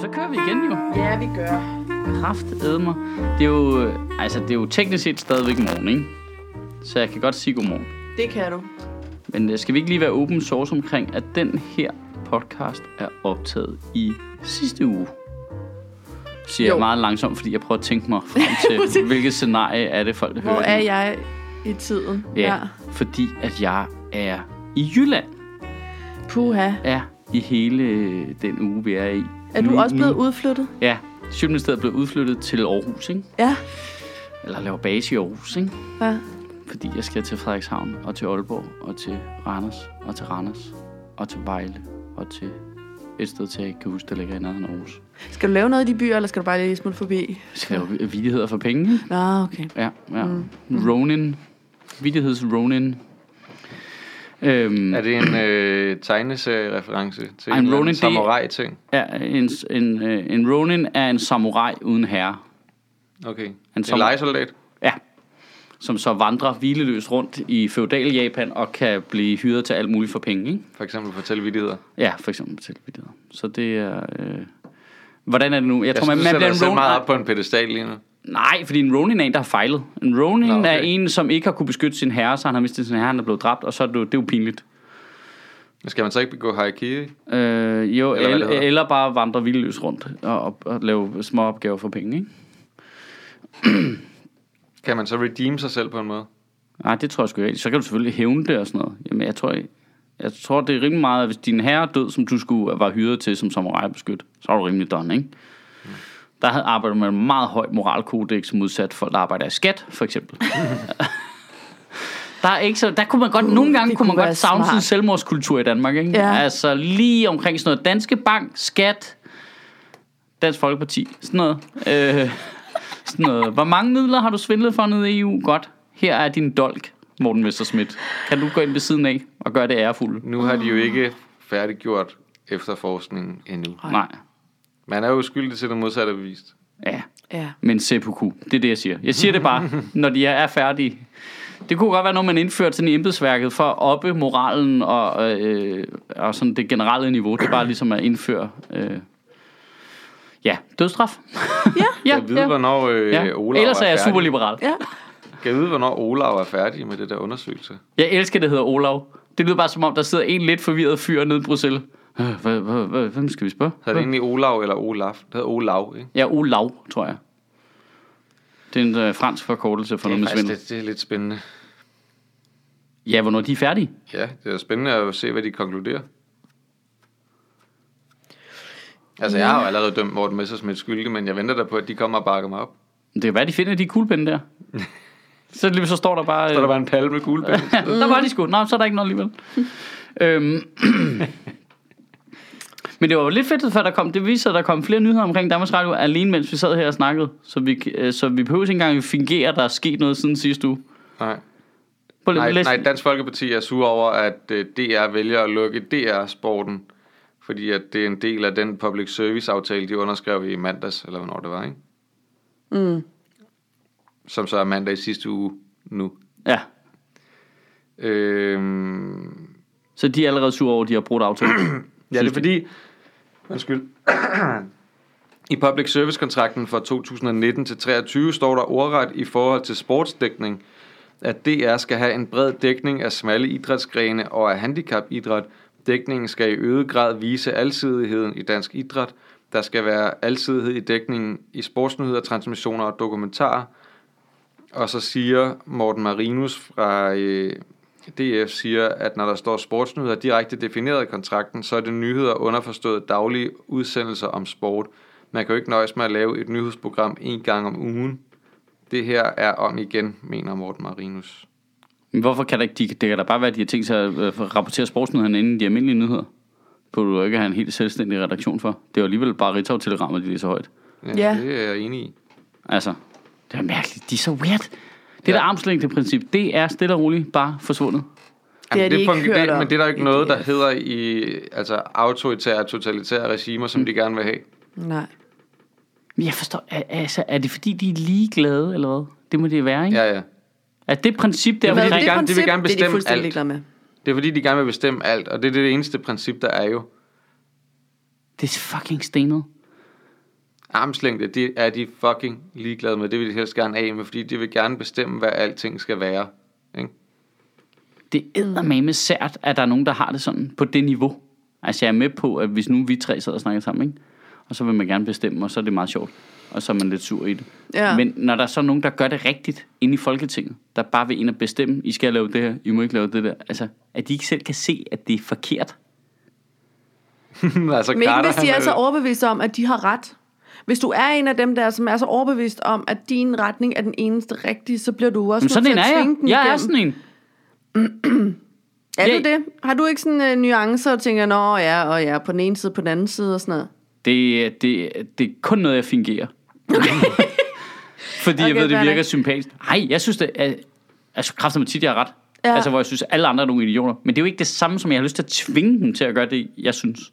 så kører vi igen jo. Ja, vi gør. Kraft mig. Det er jo, øh, altså, det er jo teknisk set stadigvæk morgen, ikke? Så jeg kan godt sige godmorgen. Det kan du. Men øh, skal vi ikke lige være open source omkring, at den her podcast er optaget i sidste uge? Siger Jo. jeg meget langsomt, fordi jeg prøver at tænke mig frem til, hvilket scenarie er det, folk hører. Hvor er i. jeg i tiden? Ja, fordi at jeg er i Jylland. Puha. Ja, i hele øh, den uge, vi er i. Er du Nu- også blevet nu- udflyttet? Ja, Sjøtministeriet blev udflyttet til Aarhus, ikke? Ja. Eller laver base i Aarhus, ikke? ja. Fordi jeg skal til Frederikshavn, og til Aalborg, og til Randers, og til Randers, og til Vejle, og til et sted til, jeg ikke kan huske, der ligger i nærheden af Aarhus. Skal du lave noget i de byer, eller skal du bare lige smutte forbi? Så kan jeg jo vidigheder for penge. ikke? Nå, okay. Ja, ja. Ronin. Vidigheds Ronin. Øhm, Er det en øh, tegneseriereference til Ej, en, en Ronin, det- samurai-ting? er en, en, øh, en Ronin er en samurai uden herre. Okay. En, samu- en legesoldat? Ja. Som så vandrer hvileløst rundt i feudal Japan og kan blive hyret til alt muligt for penge, ikke? For eksempel fortælle vidtigheder. Ja, for eksempel selvbilleder. Så det er... Øh... Hvordan er det nu? Jeg, Jeg tror, man, synes, man man, bliver en man Ronin... selv meget op på en pedestal lige nu. Nej, fordi en Ronin er en, der har fejlet. En Ronin Nå, okay. okay. er en, som ikke har kunne beskytte sin herre, så han har mistet sin herre, han er blevet dræbt, og så er det jo, det er jo pinligt. Skal man så ikke begå harakiri? Øh, jo, eller, Eller hvad eller, det hedder. eller bare vandre vildløs rundt og, og, og lave små opgaver for penge, ikke? Kan man så redeem sig selv på en måde? Nej, det tror jeg sgu ikke. Så kan du selvfølgelig hævne det og sådan noget. Jamen, jeg tror, jeg, jeg tror det er rimelig meget, at hvis din herre er død, som du skulle var hyret til som samurajbeskyt, så er du rimelig done, ikke? Mm. Der havde arbejdet med en meget høj moralkodex modsat folk, der arbejder i skat, for eksempel. der, er ikke så, der kunne man godt, nogle gange Uh, det kunne man kunne være godt savne sin smart. selvmordskultur i Danmark, ikke? Ja. Altså lige omkring sådan noget Danske Bank, skat, Dansk Folkeparti, sådan noget. Øh, sådan noget. Hvor mange midler har du svindlet for nede i EU? Godt. Her er din dolk, Morten Messerschmidt. Kan du gå ind ved siden af og gøre det ærefuldt? Nu har de Ah. jo ikke færdiggjort efterforskningen endnu. Nej. Man er jo uskyldig til det modsatte er bevist. Ja. Ja. Men seppuku, det er det, jeg siger. Jeg siger det bare, når de er- er færdige. Det kunne godt være noget, man indførte sådan i embedsværket for at oppe moralen og, øh, og sådan det generelle niveau. Det er bare ligesom at indføre øh, ja, dødstraf. Ja, Jeg ved, ja. hvornår øh, ja. ja. Olav Ellers er jeg færdig. superliberal. Ja. Jeg ved, hvornår Olav er færdig med det der undersøgelse. Jeg elsker, det hedder Olav. Det lyder bare som om, der sidder en lidt forvirret fyr nede i Bruxelles. Øh, hvad- hvad- hvad- Hvem skal vi spørge? Hedder det egentlig Olav eller Olaf? Det hedder Olav, ikke? Ja, Olav, tror jeg. Det er en øh, fransk forkortelse for Det noget er, med svindel. faktisk, det, det er lidt spændende. Ja, hvornår de er færdige? Ja, det er spændende at se, hvad de konkluderer. Altså, jeg har jo allerede dømt Morten Messersmith skyldig, men jeg venter da på, at de kommer og bakker mig op. Det kan være, de finder de kuglepinde der. så, lige- så står der bare... øh, Så er der bare en palme med kuglepind. Ja, der var de sgu. Nå, så er der ikke noget alligevel. øhm. Men det var jo lidt fedt, før der kom. Det viste sig, at der kom flere nyheder omkring Danmarks Radio alene, mens vi sad her og snakkede. Så vi, øh, så vi behøver ikke engang fingere, at der er sket noget siden sidste uge. Nej. Prøv lige Nej, at læse- nej, Dansk Folkeparti er sur over, at øh, DR vælger at lukke DR-sporten, fordi at det er en del af den public service-aftale, de underskrev i mandags, eller hvornår det var, ikke? Mm. Som så er mandag i sidste uge nu. Ja. Øhm, Så de er allerede sure over, at de har brudt aftalen. Ja, Synes det er fordi... Undskyld. I public service-kontrakten fra 2019 til 23 står der ordret i forhold til sportsdækning, at DR skal have en bred dækning af smalle idrætsgrene og af handicapidræt. Dækningen skal i øget grad vise alsidigheden i dansk idræt. Der skal være alsidighed i dækningen i sportsnyheder, transmissioner og dokumentarer. Og så siger Morten Marinus fra øh, DF, siger, at når der står sportsnyheder direkte defineret i kontrakten, så er det nyheder underforstået daglige udsendelser om sport. Man kan jo ikke nøjes med at lave et nyhedsprogram en gang om ugen. Det her er om igen, mener Morten Marinus. Men hvorfor kan der ikke, de, det kan da bare være, at de har tænkt sig at øh, rapportere sportsnyhederne inden de almindelige nyheder. Det burde du jo ikke have en helt selvstændig redaktion for. Det er jo alligevel bare Ritzau-telegrammet, de læser højt. Ja. Det er jeg enig i. Altså, det er mærkeligt. De er så weird. Det der armslængdeprincip, det er stille og roligt bare forsvundet. Det har de ikke fungerer- hørt om Men det er der jo ikke i noget, der DF. hedder i altså, autoritære og totalitære regimer, Mm. som de gerne vil have. Nej. Men jeg forstår, al- altså, er det fordi, de er ligeglade, eller hvad? Det må det være, ikke? Ja. Ja, ja. At det princip der vil Hvad, de omkring... gerne- de vil princip, gerne det er de bestemme fuldstændig alt. ligeglade med. Det er fordi, de gerne vil bestemme alt, og det er det eneste princip, der er jo. Det er fucking stenet. armslængde, det er de fucking ligeglade med. Det vil de helst gerne af med, fordi de vil gerne bestemme, hvad alting skal være. Ikke? Det er med sært, at der er nogen, der har det sådan på det niveau. Altså jeg er med på, at hvis nu vi tre sidder og snakker sammen, ikke? og så vil man gerne bestemme, og så er det meget sjovt. Og så er man lidt sur i det. Ja. Men når der er så nogen, der gør det rigtigt inde i Folketinget, der bare vil ind og bestemme, I skal lave det her, I må ikke lave det der. Altså, at de ikke selv kan se, at det er forkert. altså, Men ikke Carter, hvis de han er så jo- overbeviste om, at de har ret. Hvis du er en af dem der, som er så overbevist om, at din retning er den eneste rigtige, så bliver du også Men sådan nødt en til er at jeg. tvinge den Jeg er igennem. sådan en. Er du Ja. det? Har du ikke sådan uh, nuancer og tænker, nå ja, og ja, på den ene side, på den anden side og sådan noget? Det, det, det er kun noget, jeg fingerer. Fordi okay, jeg Okay, ved, fair det virker nok. sympatisk. Nej, jeg synes, det er... Altså, kræfter mig tit, jeg har ret. Ja. Ja. Altså, hvor jeg synes, alle andre er nogle idioter. Men det er jo ikke det samme, som jeg har lyst til at tvinge dem til at gøre det, jeg synes.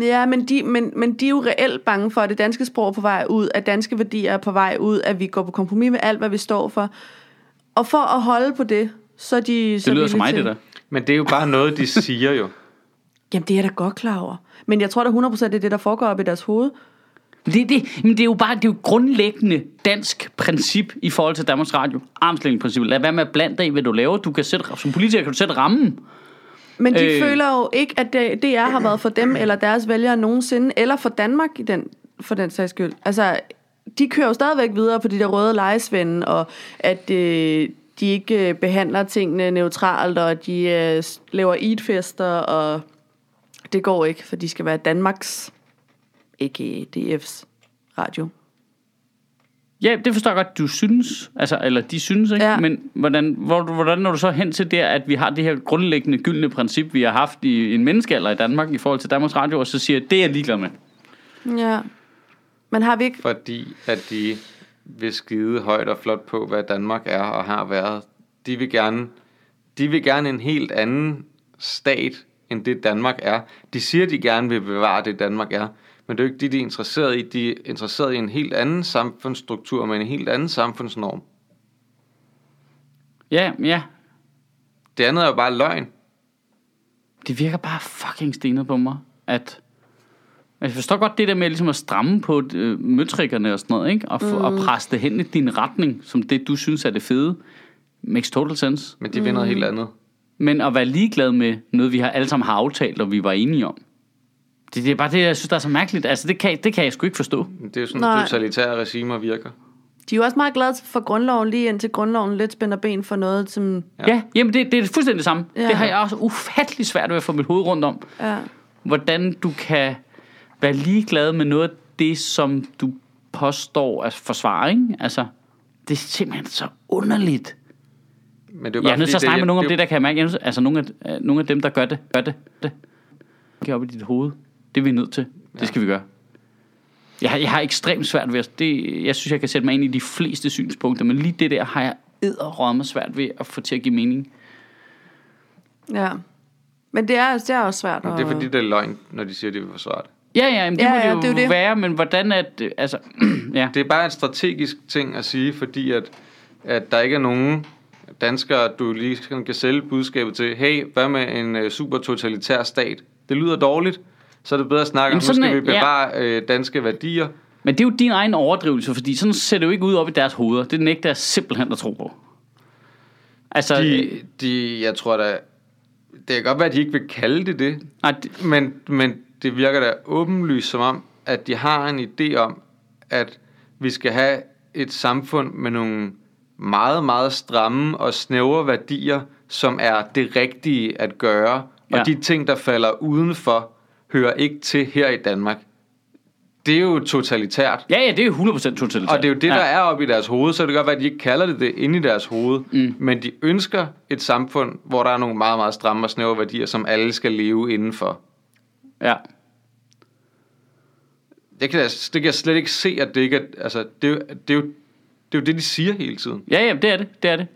Ja, men de, men, men de er jo reelt bange for, at det danske sprog er på vej ud, at danske værdier er på vej ud, at vi går på kompromis med alt, hvad vi står for. Og for at holde på det, så er de... Det lyder som mig, det der. Men det er jo bare noget, de siger jo. Jamen, det er jeg da godt klar over. Men jeg tror da 100% det er det, der foregår op i deres hoved. Det, det, men det er jo bare det er jo grundlæggende dansk princip i forhold til Danmarks Radio. Armslængdeprincippet. Lad være med at blande dig i, hvad du laver. Du kan sætte, som politiker kan du sætte rammen. Men de øh. Øh. føler jo ikke, at det, DR har været for dem eller deres vælgere nogensinde, eller for Danmark i den, for den sags skyld. Altså, de kører jo stadigvæk videre på de der røde lejesvende, og at øh, de ikke øh, behandler tingene neutralt, og at de øh, s- laver eatfester, og det går ikke, for de skal være Danmarks, ikke DF's radio. Ja, det forstår jeg godt, du synes, altså, eller de synes, ikke? Ja. Ja. men hvordan, hvor, hvordan når du så hen til der, at vi har det her grundlæggende gyldne princip, vi har haft i en menneskealder i Danmark i forhold til Danmarks Radio, og så siger jeg, det er jeg ligeglad med. Ja. Men har vi ikke... fordi at de vil skide højt og flot på, hvad Danmark er og har været. De vil gerne, de vil gerne en helt anden stat, end det Danmark er. De siger, de gerne vil bevare det, Danmark er. Men det er jo ikke det, de er interesseret i. De er interesseret i en helt anden samfundsstruktur med en helt anden samfundsnorm. Ja, ja. Det andet er jo bare løgn. Det virker bare fucking stenet på mig, at... Jeg forstår godt det der med ligesom at stramme på øh, møtrikkerne og sådan noget, ikke? Og, mm. og presse det hen i din retning, som det, du synes er det fede. Makes total sense. Men de vil noget helt andet. Men at være ligeglad med noget, vi har alle sammen har aftalt, og vi var enige om. Det, det er bare det, jeg synes, der er så mærkeligt. Altså, det kan, det kan jeg sgu ikke forstå. Men Det er jo sådan, Nej. at totalitære regimer virker. De er jo også meget glade for grundloven, lige indtil grundloven lidt spænder ben for noget, som... Ja, ja jamen det, det er fuldstændig det samme. Ja. Ja. Det har jeg også ufattelig svært ved at få mit hoved rundt om. Ja. Hvordan du kan være ligeglad med noget af det, som du påstår at forsvare, ikke? Altså, det er simpelthen så underligt. Men det er jo bare, Jeg er nødt til at fordi snakke med nogen om det, er- der kan jeg mærke. Jeg er nødt til- Altså, nogle af, øh, nogle af dem, der gør det, gør det, det. Gør op i dit hoved. Det er vi nødt til. Det skal vi gøre. Jeg har, jeg har ekstremt svært ved at... Det, jeg synes, jeg kan sætte mig ind i de fleste synspunkter, men lige det der har jeg edderrømme svært ved at få til at give mening. Ja. Men det er, det er også svært. Det er fordi, det er løgn, når de siger, de vil forsvare det. Ja, ja, men det ja, Ja, må det ja, jo det er jo det. være, men hvordan er det... Altså, ja. Det er bare en strategisk ting at sige, fordi at, at der ikke er nogen danskere, du lige sådan kan sælge budskabet til, hey, hvad med en øh, super totalitær stat? Det lyder dårligt, så er det bedre at snakke om, Jamen, nu sådan skal vi er- ja. bevare øh, danske værdier. Men det er jo din egen overdrivelse, fordi sådan ser det jo ikke ud op i deres hoveder. Det nægter jeg simpelthen at tro på. Altså, øh, De, de, jeg tror da, det kan godt være, at de ikke vil kalde det det, nej, det- men, men det virker da åbenlyst som om, at de har en idé om, at vi skal have et samfund med nogle meget, meget stramme og snævre værdier, som er det rigtige at gøre. Ja. Ja. Og de ting, der falder udenfor, hører ikke til her i Danmark. Det er jo totalitært. ja, ja, det er jo 100% totalitært. Og det er jo det, ja. der er oppe i deres hoved, så det kan godt være, at de ikke kalder det det inde i deres hoved, mm. men de ønsker et samfund, hvor der er nogle meget, meget stramme og snævre værdier, som alle skal leve indenfor. Ja. Det kan, jeg, det kan jeg slet ikke se, at det ikke er... Altså, det, er jo- det, er jo, det er jo det, de siger hele tiden. Ja, ja, det er det, det er det.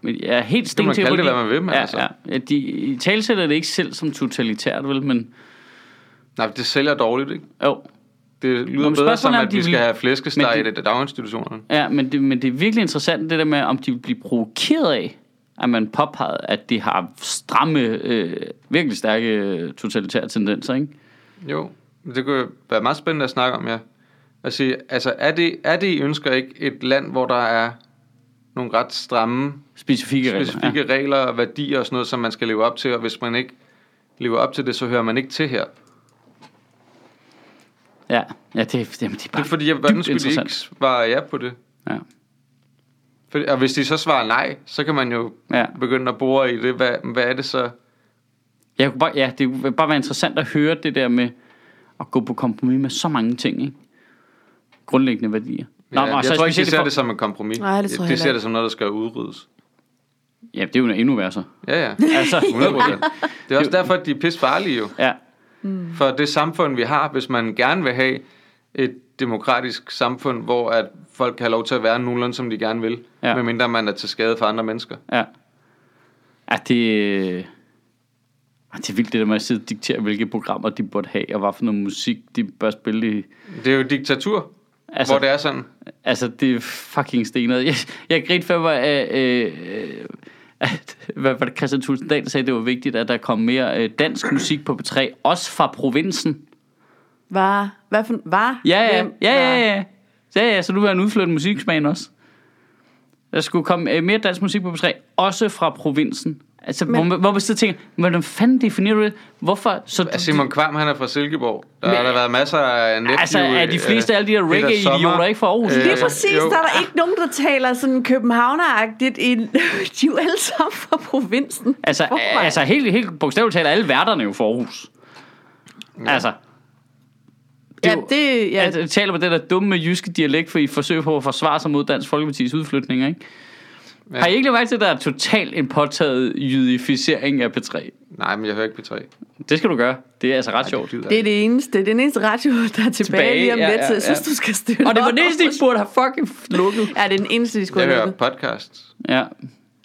Men jeg er helt kan man stensikker på, kalde det, at de- hvad man vil, men ja, altså. Ja, ja. De i tale sætter det ikke selv som totalitært, vel, men Nej, det sælger dårligt, ikke? jo. Det Nå, lyder men bedre som, spørgsmålet er, om at de vi skal vil- have flæskesteg i men de- det i daginstitutionerne. Ja, men det, men det er virkelig interessant, det der med, om de vil blive provokeret af, at man påpegede, at de har stramme, øh, virkelig stærke øh, totalitære tendenser, ikke? Jo, men det kunne jo være meget spændende at snakke om, ja. Og sige, altså, er det, er det, I ønsker ikke et land, hvor der er nogle ret stramme, Specifikke regler. specifikke ja. regler, regler og værdier og sådan noget, som man skal leve op til, og hvis man ikke lever op til det, så hører man ikke til her. Ja, ja det, det, jamen, det er bare Det er fordi, jeg, dybt hvordan skulle de interessant. ikke svare ja på det? For, og hvis de så svarer nej, så kan man jo Ja. ja. begynde at bore i det. Hvad, hvad er det så? Jeg kunne bare, ja, det kunne bare være interessant at høre det der med at gå på kompromis med så mange ting, ikke? Grundlæggende værdier. Nå, ja, men, og jeg så tror ikke, de specielt ser for- det som et kompromis. Nej, det tror jeg de heller ser ikke. det som noget, der skal udryddes. Ja, det er jo endnu værre så. Ja, ja. Altså, 100%. Det er også derfor, at de er pisfarlige jo. ja, For det samfund, vi har, hvis man gerne vil have et demokratisk samfund, hvor at folk kan have lov til at være nogenlunde, som de gerne vil, Ja. ja. medmindre man er til skade for andre mennesker. ja. Ja, det... Ej, Det er vildt det der med at sidde og diktere, hvilke programmer de burde have, og hvad for noget musik de bør spille i. Det er jo diktatur, altså, Altså, hvor det er sådan. Altså, det er fucking stenet. Jeg, jeg grinte før, af, øh, øh, at hvad, hvad Christian Thulsen Dahl sagde, det var vigtigt, at der kom mere øh, dansk musik på B3, også fra provinsen. Var, hvad for, var, Ja, ja, hvem ja, var? ja, ja. ja, ja så nu vil han udflytte musiksmagen også. Der skulle komme øh, mere dansk musik på B3, også fra provinsen. Altså, Men, hvor, man, hvor man sidder og tænker, hvordan fanden definerer du det? Hvorfor? Så du, Altså, Simon Kvam, han er fra Silkeborg. Der Men- har der været masser af nephew, øh, altså, er de fleste af alle de der Peter reggae-idioter Sommer, ikke fra Aarhus? øh, Lige altså, præcis, jo. jo. der er der ikke nogen, der taler sådan københavneragtigt. I, de er jo alle sammen fra provinsen. altså, Forvejen. altså helt, helt bogstaveligt talt, er alle værterne jo fra Aarhus. Altså, ja, jo- altså- det, ja, at jeg taler på den der dumme jyske dialekt, for I forsøger på at forsvare sig mod Dansk Folkeparti's udflytninger, ikke? Ja. Ja. Har I ikke lagt mærke til, at der er totalt en påtaget jydificering af P3? Nej, men jeg hører ikke P3. Det skal du gøre. Det er altså ret sjovt. gider jeg det er det eneste. Det er den eneste radio, der er tilbage, Tilbage, tilbage lige om ja, lidt. ja, så ja. Jeg synes, du skal støtte Og det var op det eneste, de om- burde have fucking lukket. Ja, det er den eneste, de Jeg skulle have hører lukket. podcasts, Ja.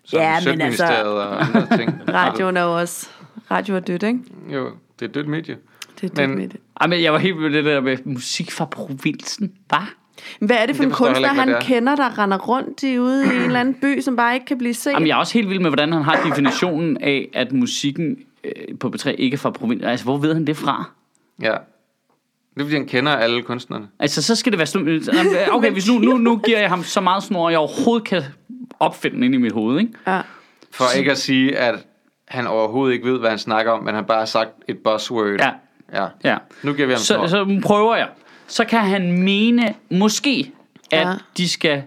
som Ja, men altså- Søministeriet og andre ting. Radioen er jo også... Radio er dødt, ikke? Jo, det er et dødt medie. Det er Men- dødt med det. Ej, men jeg var helt ved det der med musik fra provinsen. Bare. Hvad er det for Det en forstår jeg kunstner, heller ikke, han hvad det kender, der render rundt i, ude i en eller anden by, som bare ikke kan blive set? Jamen, jeg er også helt vild med, hvordan han har definitionen af, at musikken øh, på B3 ikke er fra provinsen. Altså, hvor ved han det fra? Ja. Det er, fordi han kender alle kunstnerne. Altså, så skal det være slut. øh, Okay, hvis nu, nu, nu giver jeg ham så meget snor, jeg overhovedet kan opfinde ind i mit hoved, ikke? Ja. For ikke at sige, at han overhovedet ikke ved, hvad han snakker om, men han bare har sagt et buzzword. Ja, ja. ja. Nu giver vi ham Så, så, så... så prøver jeg. Så kan han mene, måske, at ja. Ja. de skal...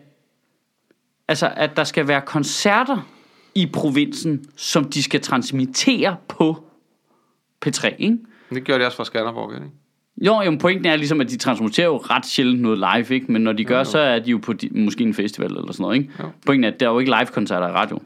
Altså, at der skal være koncerter i provinsen, som de skal transmittere på P3, ikke? Det gjorde de også fra Skanderborg, ikke? Mm. Jo, jamen pointen er ligesom, at de transmitterer jo ret sjældent noget live, ikke? Men når de gør, jo, jo. så er de jo på de, måske en festival eller sådan noget, ikke? Jo. Jo. Pointen er, at der er jo ikke live-koncerter i radioen.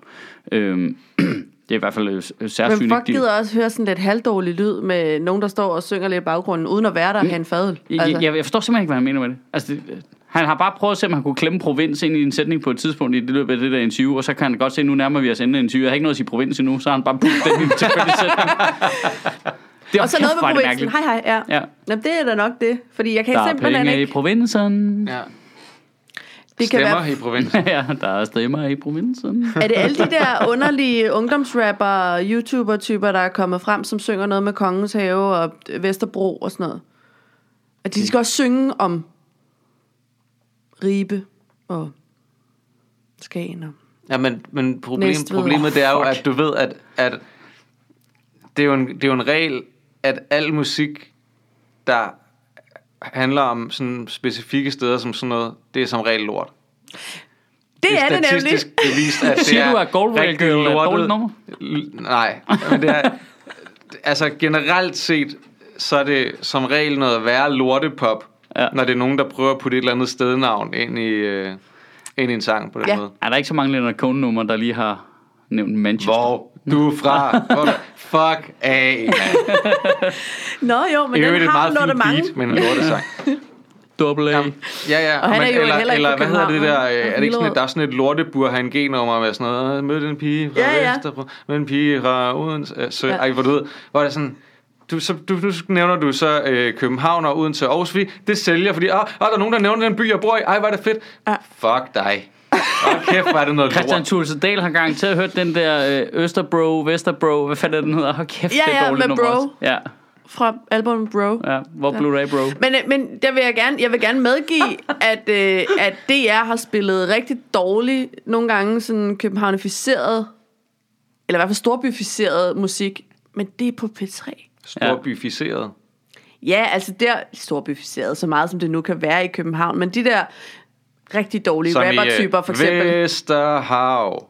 Øhm, det er i hvert fald øh, s- øh, Men særsynligt. folk gider også høre sådan lidt halvdårlig lyd med nogen, der står og synger lidt i baggrunden, uden at være der og have en fadel. altså. jeg, jeg forstår simpelthen ikke, hvad han mener med det. Altså, det øh, han har bare prøvet at se, om han kunne klemme provins ind i en sætning på et tidspunkt i det løbet af det der interview, og så kan han godt se, at nu nærmer vi os enden af interview. Jeg har ikke noget at sige provins endnu, så har han bare puttet den i en tilfældig sætning. Det er og så noget med provinsen. Hej, hej, ja. Ja. ja. Jamen, det er da nok det. Fordi jeg kan Der er simpelthen penge i ikke... provinsen. Ja. Det kan Stemmer være, i provinsen. Ja, der er stemmer i provinsen. er det alle de der underlige ungdomsrapper, YouTuber-typer, der er kommet frem, som synger noget med Kongens Have og Vesterbro og sådan noget? Og de skal også synge om Ribe og Skagen. og- Ja, men, men problem, Næstved. problemet det er jo, Åh, at fuck. du ved, at, at det, er jo en, det er jo en regel, at al musik, der handler om sådan specifikke steder som sådan noget, det er som regel lort. Det er det nemlig. statistisk bevist, at det Siger er du, at Gold Rail rigtig Girl er et lortet. dårligt nummer? L- Nej, men det er, altså generelt set, så er det som regel noget værre lortepop, Ja. ja. når det er nogen, der prøver at putte et eller andet stednavn ind i, øh, ind i en sang på den Ja. ja. måde. Er der ikke så mange Leonard Cohen-numre, der lige har nævnt Manchester? Hvor du er fra? Hvor, fuck af, mand. Nå jo, men Det er jo den et har meget lortet fint mange. beat, men en lortesang. Double A. Jamen, Ja, ja. Og han er jo eller, heller ikke eller fra hvad hedder det der? København, øh, han er Er det ikke sådan, Hillerød. at der er sådan et lortebur, han genummer med sådan noget, "Åh, mød den pige fra Ja, ja. Vesterbro, mød den pige fra Odense, øh, så, Ja. ja. ej, hvor du ved, hvor det er sådan, du, så, du, nu nævner du så øh, København og Odense og Aarhus, fordi det sælger, fordi, ah, ah, der er nogen, der nævner den by, jeg bor i, ej, hvor er det fedt. Ja. Fuck dig. Hold kæft, hvor er det noget Christian lort. Thulsen Dahl har garanteret hørt den der øh, Østerbro, Vesterbro, hvad fanden er den hedder? Hold kæft, Ja, det er ja, dårligt med nummer bro. også. Ja, fra albumet Bro. Ja, hvor Blu-ray bro. Men, øh, men der vil jeg, gerne, jeg vil gerne medgive, at, øh, at DR har spillet rigtig dårligt, nogle gange sådan københavnificeret, eller i hvert fald storbyficeret musik, men det er på P3. Storbyficeret. Ja, altså der storbyficeret så meget, som det nu kan være i København, men de der rigtig dårlige Som i, øh, rappertyper, for eksempel. Vesterhav,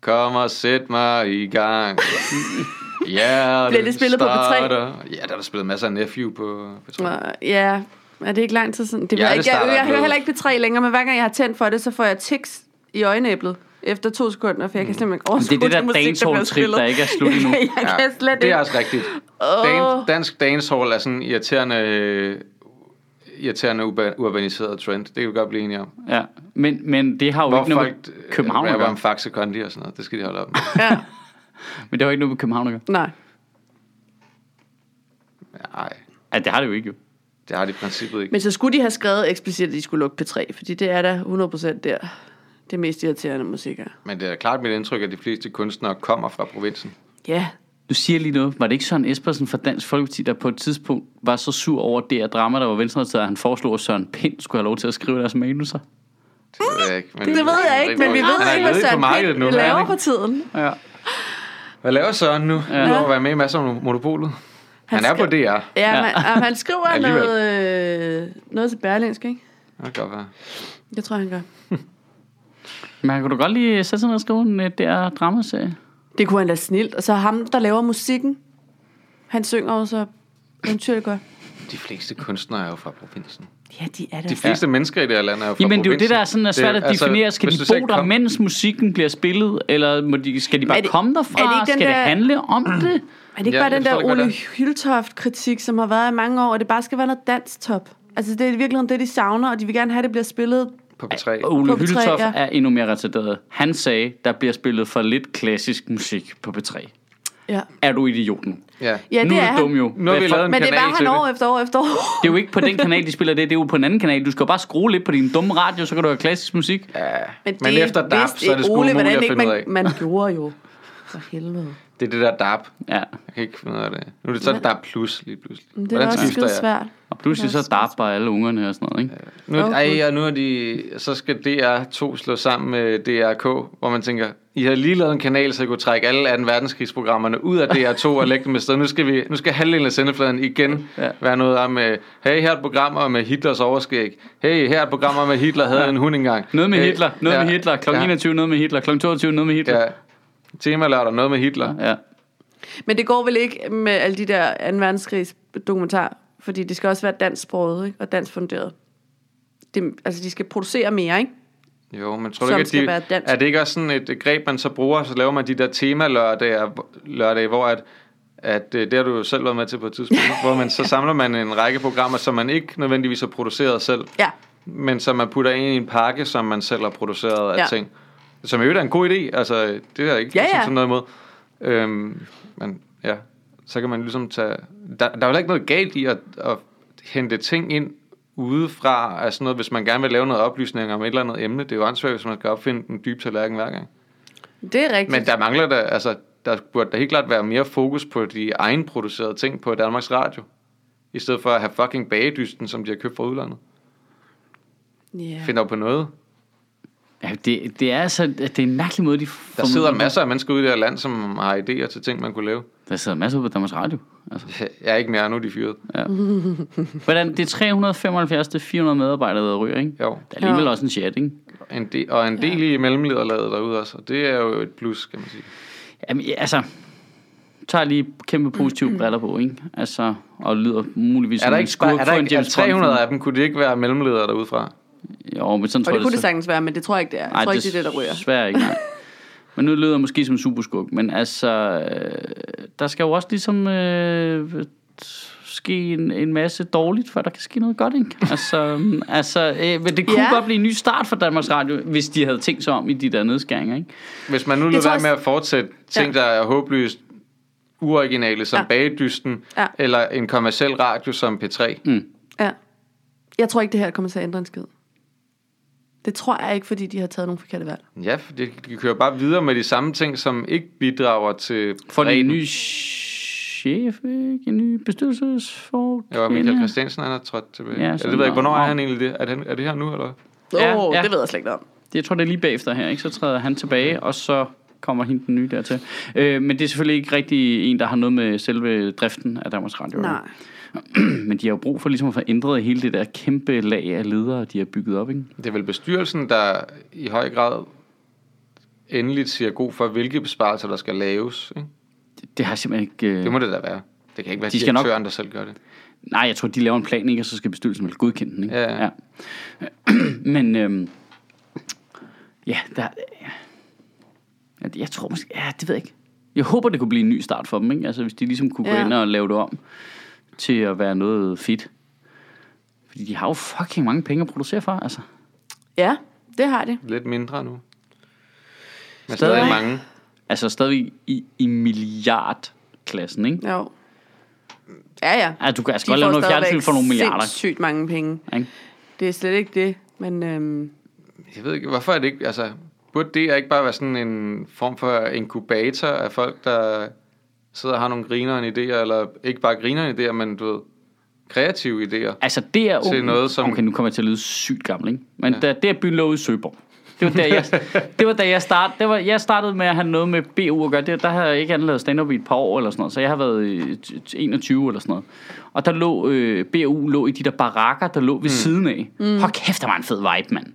kom og sæt mig i gang. Ja, Bliver det spillet på P3? P3? Ja, der er der spillet masser af Nephew på P3. Øh, Ja, er det ikke lang tid siden? Det Ja, ja, det jeg, ikke. jeg, starter jeg, jeg hører med- heller ikke P3 længere, men hver gang jeg har tændt for det, så får jeg tics i øjenæblet efter to sekunder, for jeg Mm. kan simpelthen ikke overskue det der musik, dancehall-trip, bliver spillet. der ikke er slut endnu. jeg kan Ja, slet det ikke. er også rigtigt. Åh. Dan, dansk dancehall er sådan en irriterende, øh, irriterende uba- urbaniseret trend. Det kan vi godt blive enige om. Ja. Men, men det har jo Hvor ikke noget folk øh, med København at rapper gøre. om Faxe Kondi og sådan noget. Det skal de holde op med. Ja, Men det har jo ikke noget med København at gøre. nej. Nej, Ja, det har det jo ikke jo. det har de i princippet ikke. Men så skulle de have skrevet eksplicit, at de skulle lukke P3, fordi det er da 100% der det mest irriterende musik er. Men det er klart mit indtryk, at de fleste kunstnere kommer fra provinsen. Ja, Du siger lige noget. Var det ikke Søren Espersen fra Dansk Folkeparti, der på et tidspunkt var så sur over det her drama, der var venstreorienteret, at han foreslog, at Søren Pind skulle have lov til at skrive deres manuser? Det ved jeg ikke, men, det ved jeg ikke, men vi Han er ved ikke, ledig hvad på Søren markedet nu, Pind er han laver ikke? for tiden. Ja. Hvad laver Søren nu? Ja. Nu har været med i masser af monopolet. Han, er på skal- DR. Ja, Ja. ja. Man, han skriver Alligevel. noget, øh, noget til Berlinsk, ikke? Det kan godt være. Jeg tror, han gør. Men kunne du godt lige sætte sig ned og skrive en øh, der dramaserie? Det kunne han da snilt. Og så ham, der laver musikken, han synger jo så eventyrligt godt. De fleste kunstnere er jo fra provinsen. Ja, de er der. De fleste ja. mennesker i det her land er jo fra Jamen, det er jo provinsen. altså, det, der er sådan er svært at definere. skal hvis de du selv bo der, kom- mens musikken bliver spillet, eller må de, skal de bare Er det- komme derfra? er det ikke den skal det der- handle om det? er det ikke ja, bare Ja, jeg den der forstår det Ole godt, Hyltoft-kritik, som har været i mange år, at det bare skal være noget danstop? Altså, det er i virkeligheden det, de savner, og de vil gerne have, at det bliver spillet. På P3. Og Ole På P3, Hyltoft ja. er endnu mere retarderet. Han sagde, der bliver spillet for lidt klassisk musik på P3. Ja, Er du idiot nu? Ja. ja nu er det er du dum han. jo. Nu har vi Hvad for- lavet en Men det er kanal bare til han år efter år efter år. Det er jo ikke på den kanal, de spiller det. Det er jo på en anden kanal. Du skal jo bare skrue lidt på din dumme radio, så kan du høre klassisk musik. Ja. Men, Men efter DAP, vidste så er det sgu Ole, umuligt hvordan at ikke finde ud man, af. man gjorde jo. For helvede. Det er det der DAP. Ja. Jeg kan ikke finde ud af det. Nu er det så DAP plus lige pludselig. Men det er da også skide svært. Og pludselig Det er så dabber alle ungerne og sådan noget, ikke? Nu, er- Åh, ej, og nu er de, så skal DR2 slå sammen med DRK, hvor man tænker, I har lige lavet en kanal, så I kunne trække alle 2. verdenskrigsprogrammerne ud af DR2 og lægge dem et sted. Nu skal, vi, nu skal halvdelen af sendefladen igen ja. være noget om, øh, hey, her er et program om øh, Hitlers overskæg. Hey, her er et program om, at Hitler havde en hund engang. Noget med Hey, Hitler, noget med Hitler, kl. 21 noget med Hitler, kl. 22 noget med Hitler. Øh, Ja. Tema lørdag, noget med Hitler. Ja. Men det går vel ikke med alle de der 2. verdenskrigs dokumentar, fordi det skal også være dansksproget ikke? og danskfunderet. Det, altså, de skal producere mere, ikke? Jo, men tror du Som ikke, at skal de, være dansk. er det ikke også sådan et greb, man så bruger, så laver man de der tema-lørdage, lørdage, hvor at, at øh, det har du jo selv været med til på et tidspunkt, hvor man så samler man en række programmer, som man ikke nødvendigvis har produceret selv, Ja. men som man putter ind i en pakke, som man selv har produceret af ja. Ja. ting. Som i øvrigt er en god idé, altså øh, det er ikke Ja, ja, ja. ja. sådan noget imod. Øhm, men ja, så kan man ligesom tage... Der, der er jo ikke noget galt i at, at hente ting ind udefra, altså noget, hvis man gerne vil lave noget oplysning om et eller andet emne. Det er jo ansvaret, hvis man skal opfinde den dybe tallerken hver gang. Det er rigtigt. Men der mangler der, altså, der burde der helt klart være mere fokus på de egenproducerede ting på Danmarks Radio, i stedet for at have fucking bagedysten, som de har købt fra udlandet. yeah. Finder på noget. ja det, det, er altså, det er en mærkelig måde, de får Der sidder masser af mennesker ude i det her land, som har idéer til ting, man kunne lave. Der sidder masser ude på Danmarks Radio. Altså. Jeg er ikke mere, nu er de fyret. Hvordan, det er 375 til 400 medarbejdere, der ryger, ikke? Jo. Der er alligevel Ja. også en chat, ikke? En del, og en del i mellemlederlaget derude også, og det er jo et plus, kan man sige. Jamen, ja, altså, tager lige kæmpe positive briller på, ikke? Altså, og lyder muligvis Er som der en ikke, skurk er der fra en ikke er James Bond-film. 300 af dem, kunne det ikke være mellemledere derude fra? Jo, men sådan Og tror det jeg, kunne det så- sagtens være, men det tror jeg ikke, det er. Jeg tror ikke, det er det, der ryger. Desværre ikke, nej. Men nu lyder jeg måske som en superskurk, men altså, øh, der skal jo også ligesom øh, ske en, en masse dårligt, før der kan ske noget godt, ikke? Altså, mm, altså øh, men det kunne ja. Ja. godt blive en ny start for Danmarks Radio, hvis de havde tænkt sig om i de der nedskæringer, ikke? Hvis man nu lader tror være også- med at fortsætte ting, der er håbløst uoriginale, som ja. Ja. bagedysten, ja. Ja. eller en kommersiel radio som P3. Mm. Ja. Jeg tror ikke, det her kommer til at ændre en skid. Det tror jeg ikke, fordi de har taget nogle forkerte valg. Ja, for de, de kører bare videre med de samme ting, som ikke bidrager til For en bredden. ny chef, ikke? En ny bestyrelsesforkvinde. Jo, Michael Christiansen, han er trådt tilbage. Ja, Ja, sådan det ved jeg ikke, hvornår er noget. han egentlig det? Er det, er det her nu, eller? Ja, Åh, oh, ja. det ved jeg slet ikke noget om. Det- Jeg tror, det er lige bagefter her, ikke? Så træder han tilbage, og så kommer hende den nye dertil. Øh, men det er selvfølgelig ikke rigtig en, der har noget med selve driften af Danmarks Radio. at gøre. Nej. Men de har jo brug for ligesom at få ændret hele det der kæmpe lag af ledere, de har bygget op, ikke? Det er vel bestyrelsen, der i høj grad endeligt siger god for, hvilke besparelser, der skal laves. Ikke? Det, det har simpelthen ikke... Øh... Det må det da være. Det kan ikke være De skal nok- direktøren, der selv gør det. Nej, jeg tror, de laver en plan, ikke? Og så skal bestyrelsen vel godkende den, ikke? Ja, ja. Men øhm, ja, der... Ja, det- jeg tror måske... Ja, det ved jeg ikke. Jeg håber, det kunne blive en ny start for dem, ikke? Altså, hvis de ligesom kunne gå Ja. ind og lave det om til at være noget fedt. Fordi de har jo fucking mange penge at producere for, altså. Ja, det har de. Lidt mindre nu. Men Stadig. stadig mange. Altså stadig i, i milliardklassen, ikke? Jo. Ja, ja. Ja, du kan altså godt lave noget fjernsyn for nogle milliarder. sygt mange penge. Ikke? Det er slet ikke det, men øhm, Jeg ved ikke, hvorfor er det ikke, altså, burde det ikke bare være sådan en form for inkubator af folk, der sidder og har nogle grinerne idéer, eller ikke bare grinerne idéer, men du ved, kreative idéer. Altså, det er Til unge- noget, som- Okay, nu kommer jeg til at lyde sygt gammel, ikke? Men ja. da, det er byen lå ude i Søborg. Det var, da jeg, det var da jeg startede, det var, jeg startede med at have noget med BU at gøre. Det, der havde jeg ikke andet lavet stand-up i et par år eller sådan noget, så jeg har været øh, t- t- 21 eller sådan noget. Og der lå, øh, BU lå i de der barakker, der lå ved mm. siden af. Mm. Hold kæft, der var en fed vibe, mand.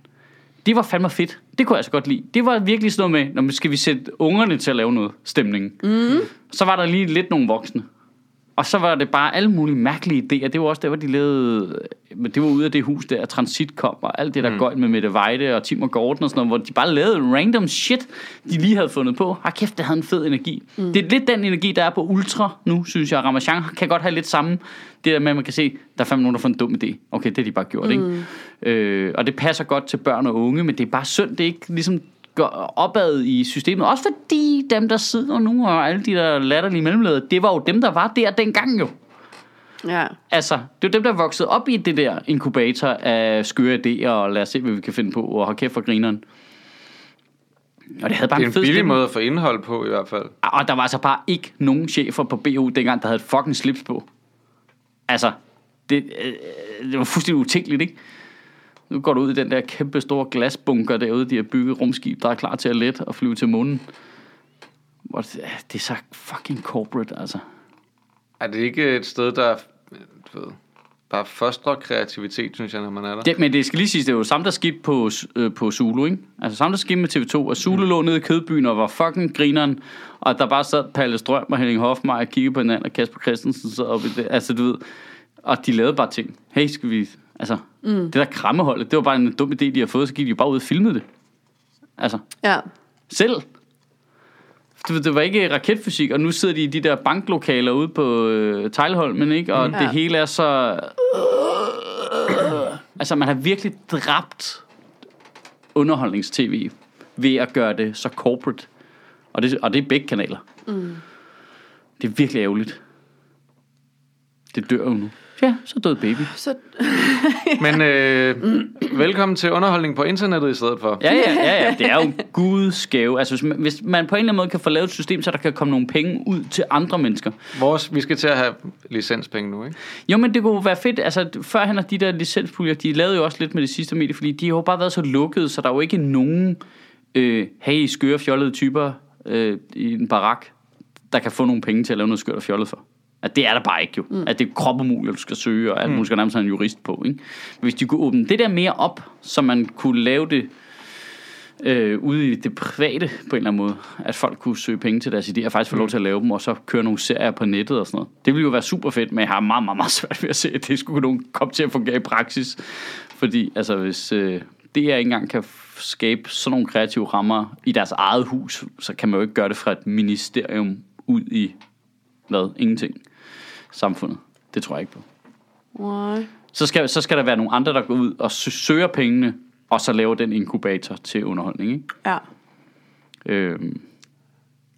Det var fandme fedt. Det kunne jeg altså godt lide. Det var virkelig sådan noget med, når man skal vi sætte ungerne til at lave noget stemning. Mm. Så var der lige lidt nogle voksne. Og så var det bare alle mulige mærkelige idéer. Det var også der, hvor de lavede... Men det var ude af det hus der, Transit kom, og alt det der mm. gøjl med Mette Weide og Tim og Gordon og sådan noget, hvor de bare lavede random shit, de lige havde fundet på. Har kæft, det havde en fed energi. Mm. Det er lidt den energi, der er på Ultra nu, synes jeg. Ramachan kan godt have lidt samme. Det der med, at man kan se, der er fandme nogen, der får en dum idé. Okay, det har de bare gjort, mm. ikke? Øh, og det passer godt til børn og unge, men det er bare synd, det er ikke ligesom går opad i systemet. Også fordi dem, der sidder nu, og alle de der latterlige mellemledere, det var jo dem, der var der dengang jo. ja. Altså, det er jo dem, der er vokset op i det der inkubator af skøre idéer, og lad os se, hvad vi kan finde på, og hold kæft for grineren. Og det havde bare en, Det er en fed billig stemning. måde at få indhold på, i hvert fald. Og der var altså bare ikke nogen chefer på BU dengang, der havde et fucking slips på. Altså, det, øh, det var fuldstændig utænkeligt, ikke? Nu går du ud i den der kæmpe store glasbunker derude, de har bygget rumskib, der er klar til at lette og flyve til månen. Hvor det, øh, det er så fucking corporate, altså. Er det ikke et sted, der du ved, bare fostrer kreativitet, synes jeg, når man er der? Det, men det skal lige siges, det er jo samme, der skete på, øh, på Zulu, ikke? Altså samme, der skete med TV2, og Zulu mm. lå nede i kødbyen og var fucking grineren, og der bare sad Palle Strøm og Henning Hofmeier og kiggede på hinanden, og Kasper Christensen sad oppe i det, altså du ved, og de lavede bare ting. Hey, skal vi, altså, mm. det der krammeholdet, det var bare en dum idé, de har fået, så gik de jo bare ud og filmede det. Altså, ja. selv. Du ved, Det var ikke raketfysik, og nu sidder de i de der banklokaler ude på øh, Tejlholmen, ikke? Og mm. det Ja. hele er så... altså, man har virkelig dræbt underholdningstv ved at gøre det så corporate. Og det, og det er begge kanaler. Mm. Det er virkelig ærgerligt. Det dør jo nu. Ja, så døde baby. Så, Men øh, velkommen til underholdning på internettet i stedet for. Ja, ja, ja, ja. Det er jo gudskæve. Altså, hvis man, hvis man på en eller anden måde kan få lavet et system, så der kan komme nogle penge ud til andre mennesker. Vores, vi skal til at have licenspenge nu, ikke? Jo, men det kunne jo være fedt. Altså, førhen har de der licenspuljer, de lavede jo også lidt med det sidste medie, fordi de har jo bare været så lukkede, så der er jo ikke nogen, øh, hey, skøre, fjollede typer øh, i en barak, der kan få nogle penge til at lave noget skørt og fjollet for. At det er der bare ikke jo. Mm. At det er kropumuligt, at du skal søge, og at mm. du skal nærmest have en jurist på. Ikke? Men Hvis de kunne åbne det der mere op, så man kunne lave det øh, ude i det private på en eller anden måde, at folk kunne søge penge til deres idéer, og faktisk få lov til at lave dem, og så køre nogle serier på nettet og sådan noget. Det ville jo være super fedt, men jeg har meget, meget, meget svært ved at se, at det skulle nogen komme til at fungere i praksis. Fordi altså, hvis øh, det ikke engang kan f- skabe sådan nogle kreative rammer i deres eget hus, så kan man jo ikke gøre det fra et ministerium ud i hvad? Ingenting. Samfundet. Det tror jeg ikke på. nej. Så skal, så skal der være nogle andre, der går ud og sø- søger pengene, og så laver den inkubator til underholdning, ikke? ja. Øhm,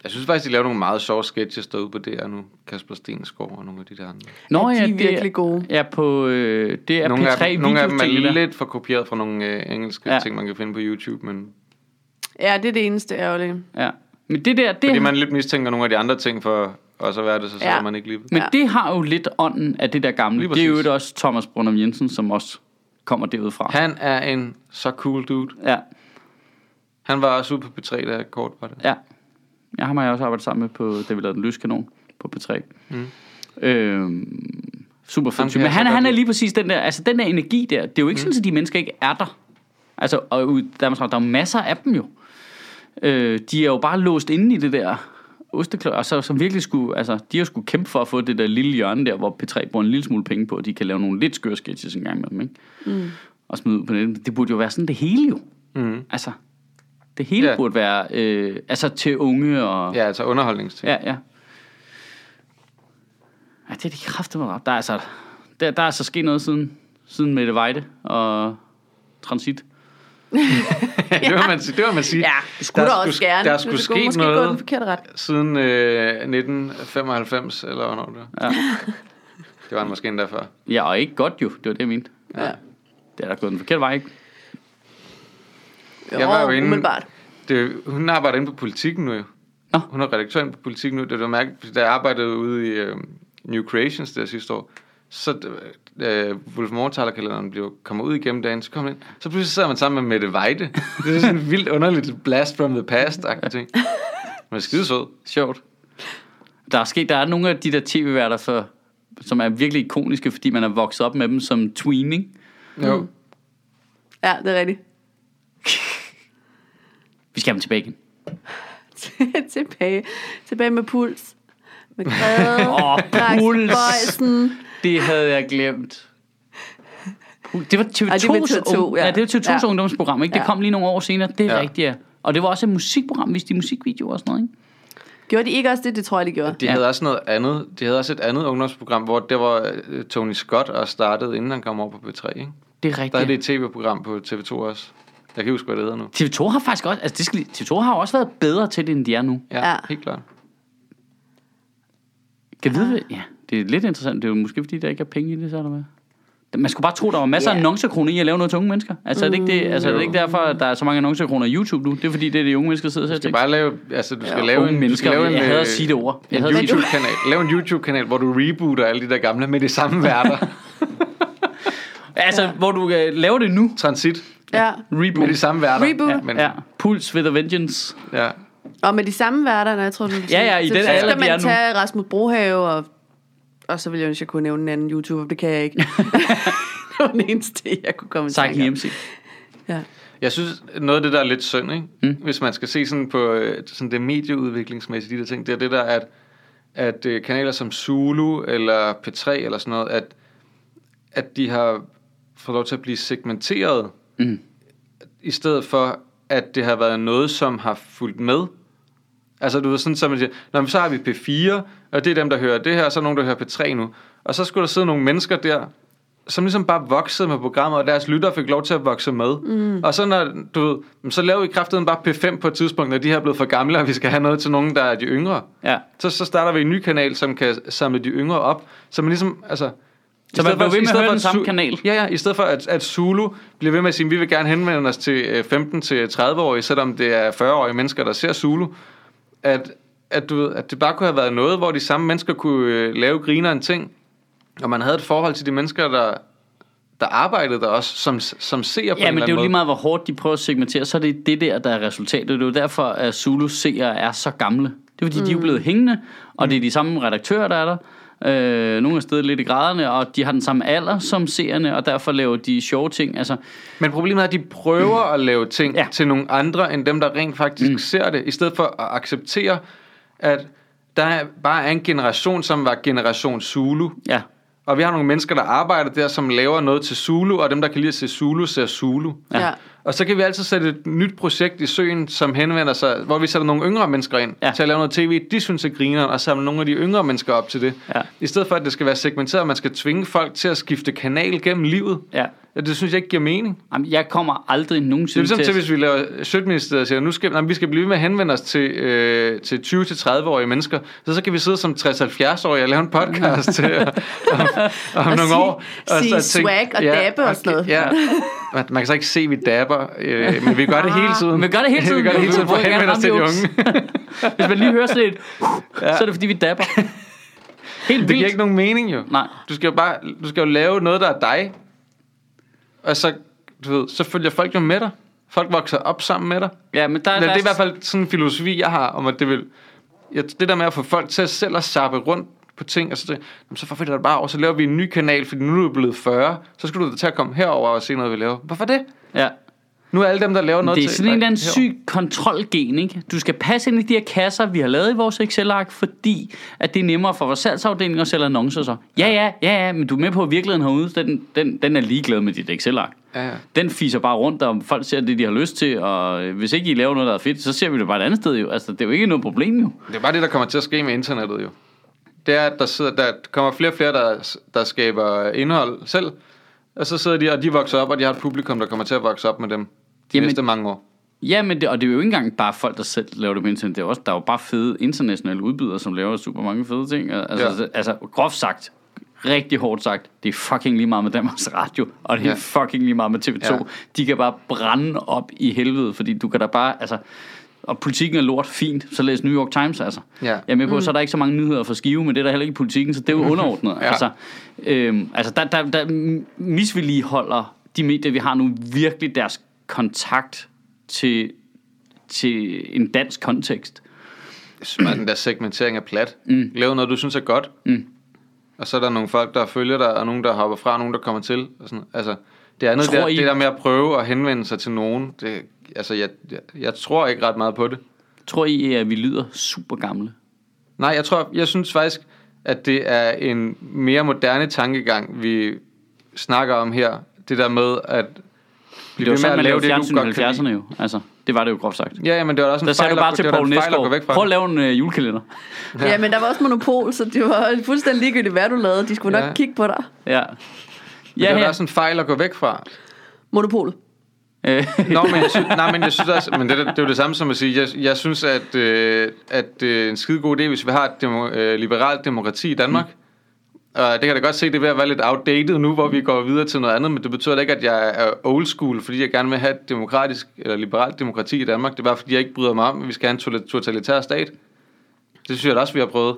Jeg synes faktisk, de laver nogle meget sjove sketches derude på DR nu. Kasper Stensgaard og nogle af de der andre. Nå, de ja, er det virkelig gode. Ja, på, øh, det er Nogle P3 af, dem, nogle af dem videotingene er der. lidt for kopieret fra nogle øh, engelske Ja. ja. ting, man kan finde på YouTube, men Ja, det er det eneste ærgerlige. Ja. Men det der, det, Fordi man lidt mistænker nogle af de andre ting for også at være det, så sidder Ja. man ikke lige ved. men Ja. det har jo lidt ånden af det der gamle. Lige Det er jo præcis. også Thomas Brunum Jensen, som også kommer derudfra. Han er en så cool dude. Ja, Han var også ude på P3, da jeg kort var det. ja. Jeg har mig også arbejdet sammen med på, da vi lavede den løskanon på P3. Mm. Øhm, super Ham fedt. kan type. Men jeg så han, godt han er lide. lige præcis den der, altså den der energi der. Det er jo ikke mm. sådan, at de mennesker ikke er der. Altså, og ud, der, er, der er jo masser af dem jo. Øh, de er jo bare låst inde i det der osteklør, og så, som virkelig skulle, altså, de har skulle kæmpe for at få det der lille hjørne der, hvor P3 bruger en lille smule penge på, at de kan lave nogle lidt skøre sketches en gang med dem, ikke? Mm. Og smide ud på nettet. Det burde jo være sådan det hele jo. Mm. Altså, det hele Ja. yeah. burde være, øh, altså til unge og... Ja, altså underholdningsting. Ja, ja. Ja, det er de kræfter med Der er altså, der, der er altså sket noget siden, siden Mette Vejde og Transit. det var man, sige- det var man sige. Ja, det skulle der, der også skulle, gerne. Der men skulle det ske måske Gå den noget forkerte ret. siden øh, 1995, eller hvornår det var. Ja. Det var han måske endda før. Ja, og ikke godt jo. Det var det, jeg mente. Ja. Det er da gået den forkerte vej, ikke? Jo, Jeg var jo inde- umiddelbart. Det, hun arbejder inde på politikken nu jo. Nå. Hun er redaktør inde på politikken nu. Det var mærkeligt, fordi da jeg arbejdede ude i øh, New Creations der sidste år, så øh, Wolf Mortaler-kalenderen blev kommer ud igennem dagen, så kom den ind. Så pludselig sidder man sammen med Mette Weide. Det er sådan en vildt underligt blast from the past-agtig ting. Men er skide sød. Sjovt. Der er sket, der er nogle af de der tv-værter, for, som er virkelig ikoniske, fordi man er vokset op med dem som tweening. Jo. Mm. Ja, det er rigtigt. Vi skal have dem tilbage igen. tilbage. Tilbage med puls. Med græde. Åh, Lars puls. Bøjsen. Det havde jeg glemt. Det var TV2's, Ej, det er med TV2, ung- ja. ja, det var TV2's Ja. ungdomsprogram, ikke? Det Ja. kom lige nogle år senere, det er Ja. ja. rigtigt, ja. Og det var også et musikprogram, hvis de musikvideoer og sådan noget, ikke? Gjorde de ikke også det? Det tror jeg, de gjorde. De Ja. ja. havde også noget andet. De havde også et andet ungdomsprogram, hvor det var øh, Tony Scott og startede, inden han kom over på B3. Ikke? Det er Der er rigtigt. det et tv-program på TV2 også. Jeg kan ikke huske, hvad det hedder nu. TV2 har faktisk også, altså det skal, lige- TV2 har også været bedre til det, end de er nu. Ja, Ja. ja. helt klart. Kan vide, hvad- ja, det er lidt interessant. Det er jo måske, fordi der ikke er penge i det, så eller hvad? Man skulle bare tro, der var masser af Ja. Mm. annoncekroner i at lave noget til unge mennesker. Altså, er det ikke, det, altså, er det ikke derfor, at der er så mange annoncekroner i YouTube nu? Det er fordi, det er de unge mennesker, der sidder og ser Du skal til. bare lave, altså du skal Ja, lave unge en, du mennesker. skal lave en, Jeg hader øh, at sige det ord. Jeg en hader det. YouTube-kanal. Lav en YouTube-kanal, hvor du rebooter alle de der gamle med de samme værter. Altså, hvor du øh, laver det nu. Transit Ja. Reboot. med de samme værter. Reboot. Ja, men, Ja, ja. Puls with a Vengeance. ja. Og med de samme værter, når jeg tror, du ville sige. Ja, ja, i så, den så alder, skal de er man nu. tage Rasmus Brohave og... Og så ville jeg ønske, jeg kunne nævne en anden YouTuber. Det kan jeg ikke. det var den eneste, jeg kunne komme i Sagt tanke om. MC. Ja. Jeg synes, noget af det, der er lidt synd, ikke? Mm. hvis man skal se sådan på øh, sådan det medieudviklingsmæssige, de der ting, det er det der, at, at øh, kanaler som Zulu eller P3 eller sådan noget, at, at de har fået lov til at blive segmenteret, Mm. i stedet for, at det har været noget, som har fulgt med. Altså, du ved, sådan som man siger, Nå, men så har vi P4, og det er dem, der hører det her, og så er nogen, der hører P3 nu. Og så skulle der sidde nogle mennesker der, som ligesom bare voksede med programmet, og deres lytter fik lov til at vokse med. Mm. Og så når, du ved, "Men så laver vi kraftedeme bare P5 på et tidspunkt, når de her er blevet for gamle, og vi skal have noget til nogen, der er de yngre. Ja. Så, så starter vi en ny kanal, som kan samle de yngre op, så man ligesom, altså... Så i man stedet bliver ved i med at stedet høre for den samme Zu- kanal? Ja, ja, i stedet for at, at Zulu bliver ved med at sige, vi vil gerne henvende os til 15-30-årige, selvom det er 40-årige mennesker, der ser Zulu, at, at, du ved, at det bare kunne have været noget, hvor de samme mennesker kunne øh, lave griner en ting, og man havde et forhold til de mennesker, der, der arbejdede der også, som, som ser på Ja, men en eller det er anden jo måde. lige meget, hvor hårdt de prøver at segmentere, så er det det der, der er resultatet. Det er jo derfor, at Zulu seere er så gamle. Det er fordi, mm. de er jo blevet hængende, og det Mm. er de samme redaktører, der er der. Øh, nogle er stedet lidt i graderne, og de har den samme alder som seerne, og derfor laver de sjove ting. Altså, Men problemet er, at de prøver at lave ting Ja. ja. til nogle andre, end dem, der rent faktisk mm. ser det, i stedet for at acceptere, at der er bare er en generation, som var generation Zulu. ja, Og vi har nogle mennesker, der arbejder der, som laver noget til Zulu, og dem, der kan lide at se Zulu, ser Zulu. Ja. ja. Og så kan vi altid sætte et nyt projekt i søen, som henvender sig, hvor vi sætter nogle yngre mennesker ind Ja. ja. til at lave noget tv, de synes er grineren, og samle nogle af de yngre mennesker op til det. Ja. I stedet for, at det skal være segmenteret, og man skal tvinge folk til at skifte kanal gennem livet. ja. Ja, det synes jeg ikke giver mening. Jamen, jeg kommer aldrig Det er nogensinde ligesom til, til... hvis vi laver Sjøtministeriet og siger, nu skal, nej, vi skal blive ved med at henvende os til, øh, til 20-30-årige mennesker, så, så kan vi sidde som 60-70-årige og lave en podcast til, øh, om, om Og nogle sige- år. sige så tænke, swag og dabbe og sådan noget. Ja, man, man kan så ikke se, at vi dabber, øh, men vi gør det hele tiden. Ah, Vi gør det hele tiden. vi gør det hele tiden for at henvende os til de unge. Hvis man lige hører sådan et, ja. så er det fordi, vi dapper. Helt Det giver vildt. ikke nogen mening jo. Nej. Du skal jo bare, du skal jo lave noget, der er dig. Og så, du ved, så følger folk jo med dig. Folk vokser op sammen med dig. Ja, men der, Men der det er i hvert fald sådan en filosofi, jeg har, om at det vil... Ja, det der med at få folk til at selv at zappe rundt på ting, og så, tænker jeg, "Jamen, så forfælder det bare over, så laver vi en ny kanal, fordi nu er du blevet 40, så skal du da til at komme herover og se noget, vi laver. Hvorfor det? Ja. Nu er alle dem, der laver noget Det er til- sådan en eller anden herover. syg kontrolgen, ikke? Du skal passe ind i de her kasser, vi har lavet i vores Excel-ark, fordi at det er nemmere for vores salgsafdeling at sælge annoncer så. Ja, ja, ja, ja, men du er med på, at virkeligheden herude, den, den, den er ligeglad med dit Excel-ark. Ja, ja. Den fiser bare rundt, og folk ser det, de har lyst til, og øh, hvis ikke I laver noget, der er fedt, så ser vi det bare et andet sted jo. Altså, det er jo ikke noget problem jo. Det er bare det, der kommer til at ske med internettet jo. Det er, at der, sidder, der kommer flere og flere, der, der skaber indhold selv, og så sidder de, og de vokser op, og de har et publikum, der kommer til at vokse op med dem de Jamen- næste mange år. Ja, men det, og det er jo ikke engang bare folk, der selv laver det på internet. Det er også, der er jo bare fede internationale udbydere, som laver super mange fede ting. Og- Altså, ja. altså groft sagt, rigtig hårdt sagt, det er fucking lige meget med Danmarks Radio, og det er Ja. ja. fucking lige meget med TV2. Ja. Ja. De kan bare brænde op i helvede, fordi du kan da bare, altså... Og politikken er lort, fint, så læs New York Times altså. Ja. Jeg er med på, mm. så er der ikke så mange nyheder for skive, men det er der heller ikke i politikken, så det er jo underordnet. Mm. Ja. ja. Altså, øhm, altså der, der, der misvedligeholder de medier, vi har nu, virkelig deres kontakt til, til en dansk kontekst. Jeg synes bare, den der segmentering er plat. Mm. Lav noget, du synes er godt. Mm. Og så er der nogle folk, der følger dig, og nogen, der hopper fra, og nogen, der kommer til. Og sådan. Altså, det andet, Tror der, I- det der med at prøve at henvende sig til nogen, det, altså, jeg, jeg, jeg tror ikke ret meget på det. Tror I, at vi lyder super gamle? Nej, jeg tror, jeg synes faktisk, at det er en mere moderne tankegang, vi snakker om her. Det der med at Det, blive det var ved med sådan, at man lave lavede det, fjernsyn i du godt kan 70'erne lide. jo. Altså, det var det jo groft sagt. Ja, ja, men det var også en Der sagde fejl, du bare at- til det var da Poul en fejl at gå Næsgaard, væk fra. prøv at lave en øh, julekalender. Ja. men der var også monopol, så det var fuldstændig ligegyldigt, hvad du lavede. De skulle nok Ja. kigge på dig. Ja. Ja, Ja, det var her. også en fejl at gå væk fra. Monopolet. Øh, Nå, men jeg synes, nej, men jeg synes også, men det, er- det er jo det samme som at sige, jeg, jeg synes, at, øh, at øh, en skide god idé, hvis vi har et demo, øh, liberalt demokrati i Danmark, mm. og det kan jeg da godt se, det er ved at være lidt outdated nu, hvor vi går videre til noget andet, men det betyder da ikke, at jeg er old school, fordi jeg gerne vil have et demokratisk, eller liberalt demokrati i Danmark. Det er bare, fordi jeg ikke bryder mig om, at vi skal have en totali- totalitær stat. Det synes jeg da også, vi har prøvet.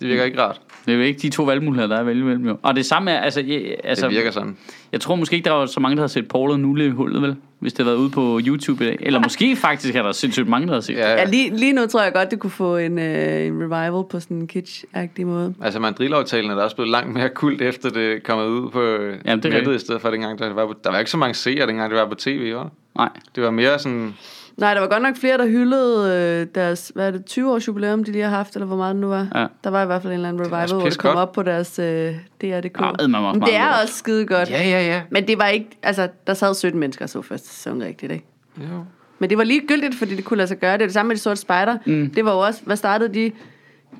Det virker ikke rart. det er jo ikke de to valgmuligheder, der er at vælge imellem. jo. Og det samme er, altså, jeg, altså Det virker sådan. Jeg tror måske ikke, der var så mange, der har set Paul og Nulle i hullet, vel? Hvis det havde været ude på YouTube i dag. Eller måske faktisk er der sindssygt mange, der har set det. Ja, Ja, ja. lige, lige nu tror jeg godt, det kunne få en, øh, en revival på sådan en kitsch-agtig måde. Altså mandrilaftalen er da også blevet langt mere kult efter det er kommet ud på Jamen, er nettet rigtigt. i stedet for dengang der var på, der var ikke så mange seere dengang det var på tv, var der? Nej. Det var mere sådan Nej, der var godt nok flere, der hyldede øh, deres, hvad er det, 20-års jubilæum, de lige har haft, eller hvor meget det nu var. Ja. Der var i hvert fald en eller anden revival, også hvor det kom pissegodt. op på deres øh, DR.dk. Ah, eddermame også Men det meget er lort. også skide godt. ja ja ja. Men det var ikke, altså, der sad 17 mennesker og så første sæson rigtigt, ikke? Jo. Men det var ligegyldigt, fordi det kunne lade sig gøre. Det er det samme med de sorte spejder. Mm. Det var jo også, hvad startede de?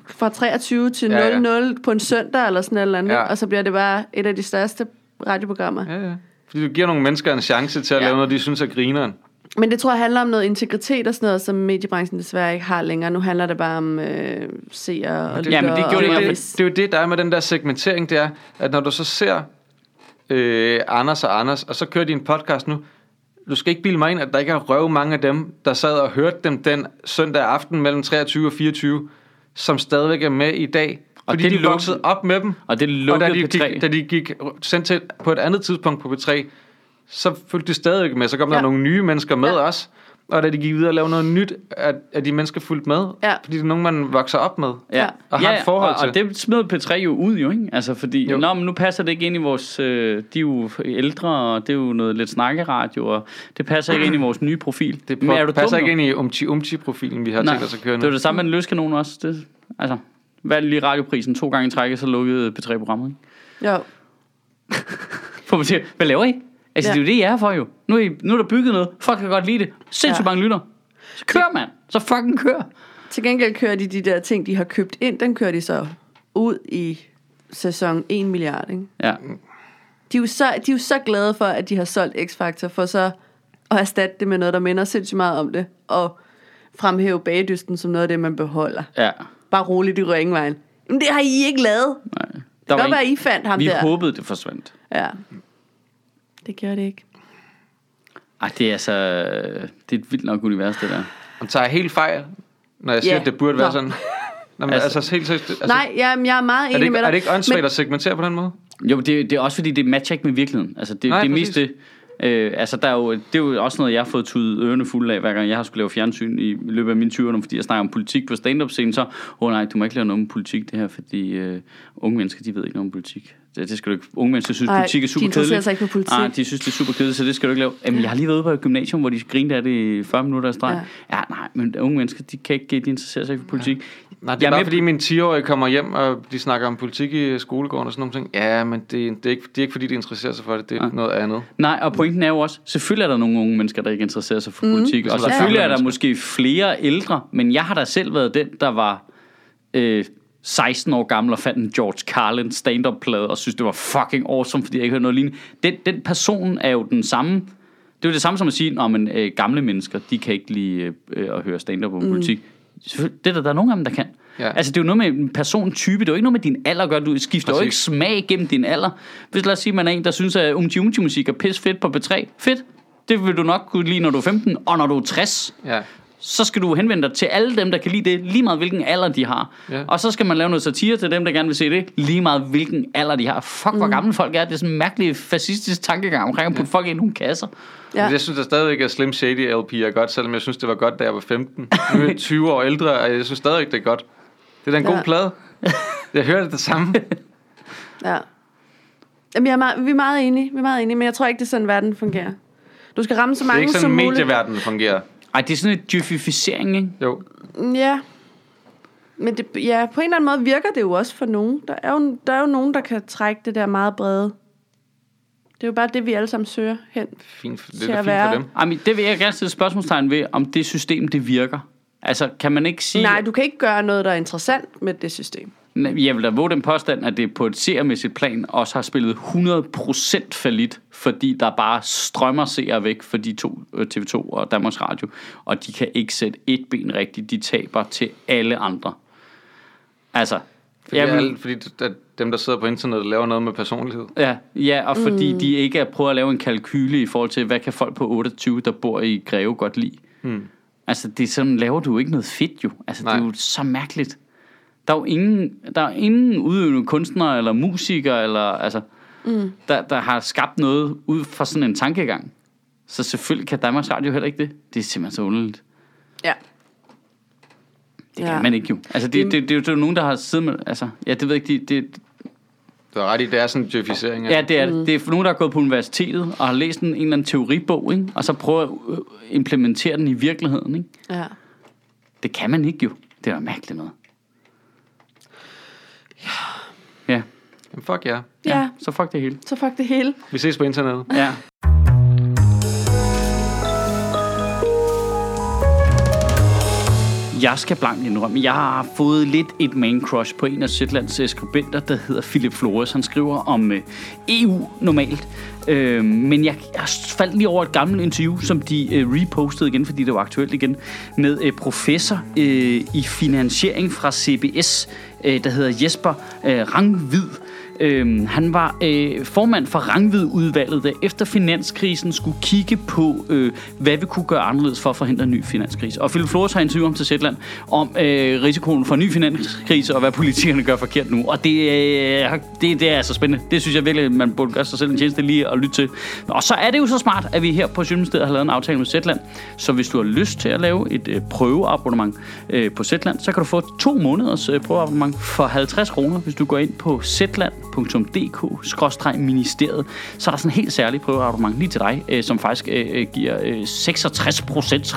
Fra 23 til Ja, ja. 00 på en søndag eller sådan et eller andet. Ja. Ja. Og så bliver det bare et af de største radioprogrammer. Ja. Ja ja. Fordi du giver nogle mennesker en chance til at ja. Ja. lave noget de synes er grineren. Men det tror jeg handler om noget integritet og sådan noget, som mediebranchen desværre ikke har længere. Nu handler det bare om øh, seere og det gjorde lyttere det og ikke, det, likes. det, det er jo det, der er med den der segmentering, det er, at når du så ser øh, Anders og Anders, og så kører de en podcast nu, du skal ikke bilde mig ind, at der ikke er røv mange af dem, der sad og hørte dem den søndag aften mellem 23 og 24, som stadigvæk er med i dag. Og Fordi det de lukkede- voksede op med dem. og det og da lukkede de, P3. Gik, da de gik sendt til på et andet tidspunkt på P3, så fulgte de stadigvæk med. Så kom ja. der Ja. nogle nye mennesker med ja. Ja. også. Og da de gik videre og lavede noget nyt, at, at de mennesker fulgte med. Ja. Fordi det er nogen, man vokser op med. Ja. Og har et forhold og, og til. det smed P3 jo ud jo, ikke? Altså fordi, Jo. jo. Nå, men nu passer det ikke ind i vores... Øh, de er jo ældre, og det er jo noget lidt snakkeradio, og det passer ikke ind i vores nye profil. Det men er du passer dum, ikke jo? ind i umti-umti-profilen, vi har Nej, tænkt os at køre det var nu. det samme med en løskanon også. Det, altså, valg lige radioprisen to gange i trækket, så lukkede P3-programmet, ikke? Jo. For man siger, hvad laver I? Altså, ja. Ja. det er jo det, jeg er her for jo. Nu er, I, nu er der bygget noget. Folk kan godt lide det. Sindssygt Ja. mange lytter. Så kør, mand. Så fucking kør. Til gengæld kører de de der ting, de har købt ind, den kører de så ud i sæson 1 milliard, ikke? Ja. De er, jo så, de er jo så glade for, at de har solgt X-Factor, for så at erstatte det med noget, der minder sindssygt meget om det, og fremhæve bagdysten som noget af det, man beholder. ja. Bare roligt i ringvejen. Men det har I ikke lavet. Det Nej. kan godt være, I fandt ham vi der. håbede, det forsvandt. Ja. Det gjorde det ikke. Ej, det er altså... Det er et vildt nok univers, det der. Man tager helt fejl. Når jeg siger, Ja. yeah. at det burde være Nå. sådan. Nå, men altså, Altså- altså helt seriøst. Altså, Nej, jamen, jeg er meget er enig det, ikke, med dig. er det ikke åndssvagt Men- at segmentere på den måde? Jo, det, det er også fordi, det matcher ikke med virkeligheden. Altså, det, Nej, Nej, det præcis. meste... Øh, altså, der er jo, det er jo også noget, jeg har fået tudet ørerne fulde af, hver gang jeg har skulle lave fjernsyn i løbet af mine 20'erne, fordi jeg snakker om politik på stand-up scenen, så, åh oh, nej, du må ikke lave noget om politik det her, fordi øh, unge mennesker, de ved ikke noget om politik. Det, det skal du ikke. Unge mennesker synes, Nej, politik er de super interesserer kedeligt. sig ikke for politik. Nej, de synes, det er super kedeligt, så det skal du ikke lave. Jamen, jeg har lige været ude på et gymnasium, hvor de grinte af det i 40 minutter i streg. Ja. ja, nej, men unge mennesker, de kan ikke, de interesserer sig ikke for politik. Nej, det Jeg er er bare med- fordi min 10-årige kommer hjem, og de snakker om politik i skolegården og sådan nogle ting. Ja, men det, det, er, ikke, det er ikke fordi, de interesserer sig for det. Det er ja. noget andet. Nej, og pointen er jo også, selvfølgelig er der nogle unge mennesker, der ikke interesserer sig for mm. politik, og Ligesom der er selvfølgelig gamle er der mennesker. måske flere ældre, men jeg har da selv været den, der var øh, 16 år gammel og fandt en George Carlin stand-up-plade, og synes det var fucking awesome, fordi jeg ikke hørte noget lignende. Den, den person er jo den samme, det er jo det samme som at sige, at øh, gamle mennesker, de kan ikke lide øh, øh, at høre stand-up om mm. politik. Selvfølgelig, det er der, der er nogen af dem, der kan. Mhm. Ja. Ja. Altså, det er jo noget med en persontype. Det er jo ikke noget med din alder at gøre. Du skifter jo Præcis. ikke smag gennem din alder. Hvis lad os sige, man er en, der synes, at umti umti musik er pis fedt på B3. Fedt. Det vil du nok kunne lide, når du er 15. Og når du er 60, Ja. så skal du henvende dig til alle dem, der kan lide det, lige meget hvilken alder de har. Ja. Ja. Og så skal man lave noget satire til dem, der gerne vil se det, lige meget hvilken alder de har. Fuck, hvor gamle folk er. Det er sådan en mærkelig fascistisk tankegang omkring at putte folk ind i nogle kasser. Ja. Ja. Men jeg synes da stadigvæk, at Slim Shady LP er godt, selvom jeg synes, det var godt, da jeg var 15. Nu er jeg 20 år ældre, og jeg synes stadigvæk, det er godt. Det er da en ja. Ja. god plade. Jeg hørte det samme. Ja. Jamen, jeg er meget, vi er meget enige, vi er meget enige, men jeg tror ikke, det er sådan, verden fungerer. Du skal ramme så Det er mange ikke som sådan, muligt. medieverdenen fungerer. Ej, det er sådan en djøfificering, ikke? Jo. Ja. Men det, ja, på en eller anden måde virker det jo også for nogen. Der er jo, der er jo nogen, der kan trække det der meget brede. Det er jo bare det, vi alle sammen søger hen. Fint, det Til er at da fint for være- dem. Jamen, det vil jeg gerne stille spørgsmålstegn ved, om det system, det virker. Altså, kan man ikke sige... Nej, du kan ikke gøre noget, der er interessant med det system. Jeg vil da våge den påstand, at det på et seermæssigt plan også har spillet 100% falit, fordi der bare strømmer seere væk for de to, øh, TV2 og Danmarks Radio, og de kan ikke sætte et ben rigtigt. De taber til alle andre. Altså, Fordi, jeg vil- Jamen. fordi at dem, der sidder på internettet, laver noget med personlighed. Ja, ja og fordi mm. de ikke er prøvet at lave en kalkyle i forhold til, hvad kan folk på 28, der bor i Greve, godt lide. Mm. Altså, det er sådan, laver du ikke noget fedt jo. Altså, Nej. det er Nej. jo så mærkeligt. Der er jo ingen, der er ingen udøvende kunstnere eller musikere, eller, altså, mm. der, der har skabt noget ud fra sådan en tankegang. Så selvfølgelig kan Danmarks Radio heller ikke det. Det er simpelthen så underligt. Ja. Det ja. kan man ikke jo. Altså, det, det, det, det, er jo nogen, der har siddet med... Altså, ja, det ved jeg ikke, det, det, Du har ret i, det er sådan en djøfisering. Ja, det er det. Det er for nogen, der har gået på universitetet og har læst en, en eller anden teoribog, ikke? og så prøver at øh, implementere den i virkeligheden. Ikke? Ja. Det kan man ikke jo. Det er da mærkeligt noget. Ja. Jamen, fuck ja. Ja. ja. ja. Så fuck det hele. Så fuck det hele. Vi ses på internettet. Ja. Jeg skal blankt indrømme, jeg har fået lidt et main crush på en af Zetlands øh, skribenter, der hedder Philip Flores. Han skriver om øh, EU normalt, øh, men jeg, jeg faldt lige over et gammelt interview, som de øh, repostede igen, fordi det var aktuelt igen, med øh, professor øh, i finansiering fra CBS, øh, der hedder Jesper øh, Rangvid. Øhm, han var øh, formand for Rangvidudvalget, der efter finanskrisen skulle kigge på, øh, hvad vi kunne gøre anderledes for at forhindre en ny finanskrise. Og Philip Flores har interviewet om til Zetland om øh, risikoen for en ny finanskrise og hvad politikerne gør forkert nu. Og det, øh, det, det er altså spændende. Det synes jeg virkelig, man burde gøre sig selv en tjeneste lige at lytte til. Og så er det jo så smart, at vi her på Sjøministeriet har lavet en aftale med Zetland. Så hvis du har lyst til at lave et øh, prøveabonnement øh, på Zetland, så kan du få to måneders øh, prøveabonnement for 50 kroner, hvis du går ind på zetland.dk-ministeriet. Så er der sådan en helt særlig prøveabonnement lige til dig, øh, som faktisk øh, øh, giver øh, 66%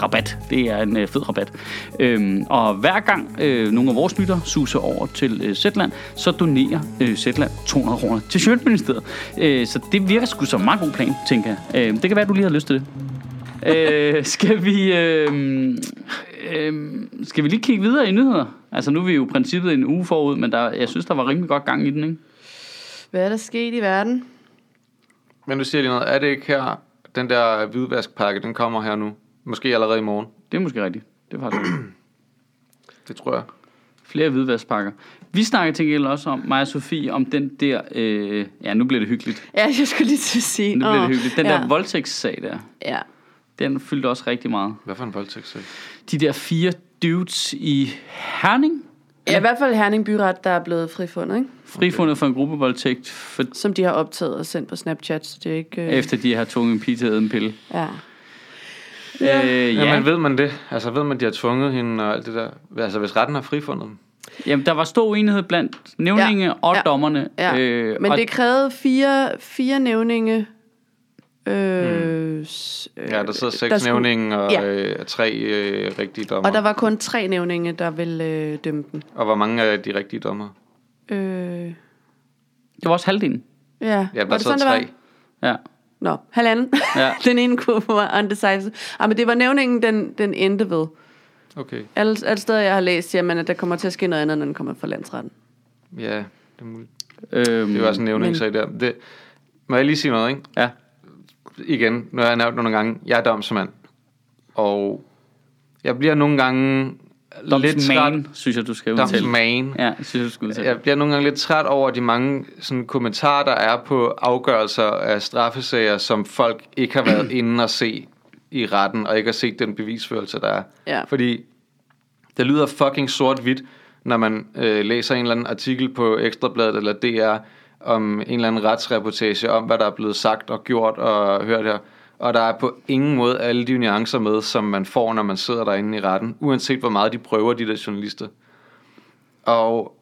rabat. Det er en øh, fed rabat. Øhm, og hver gang øh, nogle af vores lytter suser over til øh, Zetland, så donerer øh, Zetland 200 kroner til Sjøtministeriet. Øh, så det virker sgu som en meget god plan, tænker jeg. Øh, det kan være, at du lige har lyst til det øh, skal vi øh, øh, skal vi lige kigge videre i nyheder? Altså nu er vi jo i princippet en uge forud, men der, jeg synes, der var rimelig godt gang i den, ikke? Hvad er der sket i verden? Men nu siger jeg lige noget. Er det ikke her, den der hvidvaskpakke, den kommer her nu? Måske allerede i morgen. Det er måske rigtigt. Det er faktisk rigtigt. Det tror jeg. flere hvidvaskpakker. Vi snakker til gengæld også om, mig og Sofie, om den der, øh, ja nu bliver det hyggeligt. Ja, jeg skulle lige til at sige. Nu bliver Åh, det hyggeligt. Den ja. der voldtægtssag der, Ja. den fyldte også rigtig meget. Hvad for en voldtægtssag? De der fire dudes i Herning Ja, i hvert fald Herning Byret, der er blevet frifundet, ikke? frifundet for en gruppevoldtægt, for, Som de har optaget og sendt på Snapchat, så det er ikke... Øh, efter de har tvunget en pige til at æde en pille. ja. Ja. Øh, Ja. ja. Jamen ved man det? Altså ved man, de har tvunget hende og alt det der? Altså hvis retten har frifundet dem? Jamen, der var stor uenighed blandt nævninge ja. Ja. og Ja. dommerne. ja. Øh, Men og det krævede fire, fire nævninge... Øh, mm. s, øh, Hmm. Ja, der sidder der seks skulle- nævninge og ja. øh, tre øh, rigtige dommer. Og der var kun tre nævninge, der ville øh, dømme den. og hvor mange af de rigtige dommer? Øh, det var også halvdelen. ja, Ja, der sidder tre. Ja. Nå, halvanden. Ja. Ja. den ene kunne var undecided. Ah, men det var nævningen, den, den endte ved. Okay. Alle, alle steder, jeg har læst, siger man, at der kommer til at ske noget andet, når den kommer fra landsretten. Ja, det er muligt. Øhm, Det var også en nævning, Men- så der. Det, må jeg lige sige noget, ikke? Ja. Igen, nu har jeg nævnt nogle gange, jeg er domsmand. Og jeg bliver nogle gange lidt træt. Domsman, synes jeg, du skal udtale. Domsman. Ja, synes jeg, du skal udtale. Ja. Jeg bliver nogle gange lidt træt over de mange sådan, kommentarer, der er på afgørelser af straffesager, som folk ikke har været inde og se i retten, og ikke har set den bevisførelse, der er. Ja. Fordi det lyder fucking sort-hvidt, når man øh, læser en eller anden artikel på Ekstrabladet eller DR om en eller anden retsreportage om, hvad der er blevet sagt og gjort og hørt her. Og der er på ingen måde alle de nuancer med, som man får, når man sidder derinde i retten, uanset hvor meget de prøver, de der journalister. Og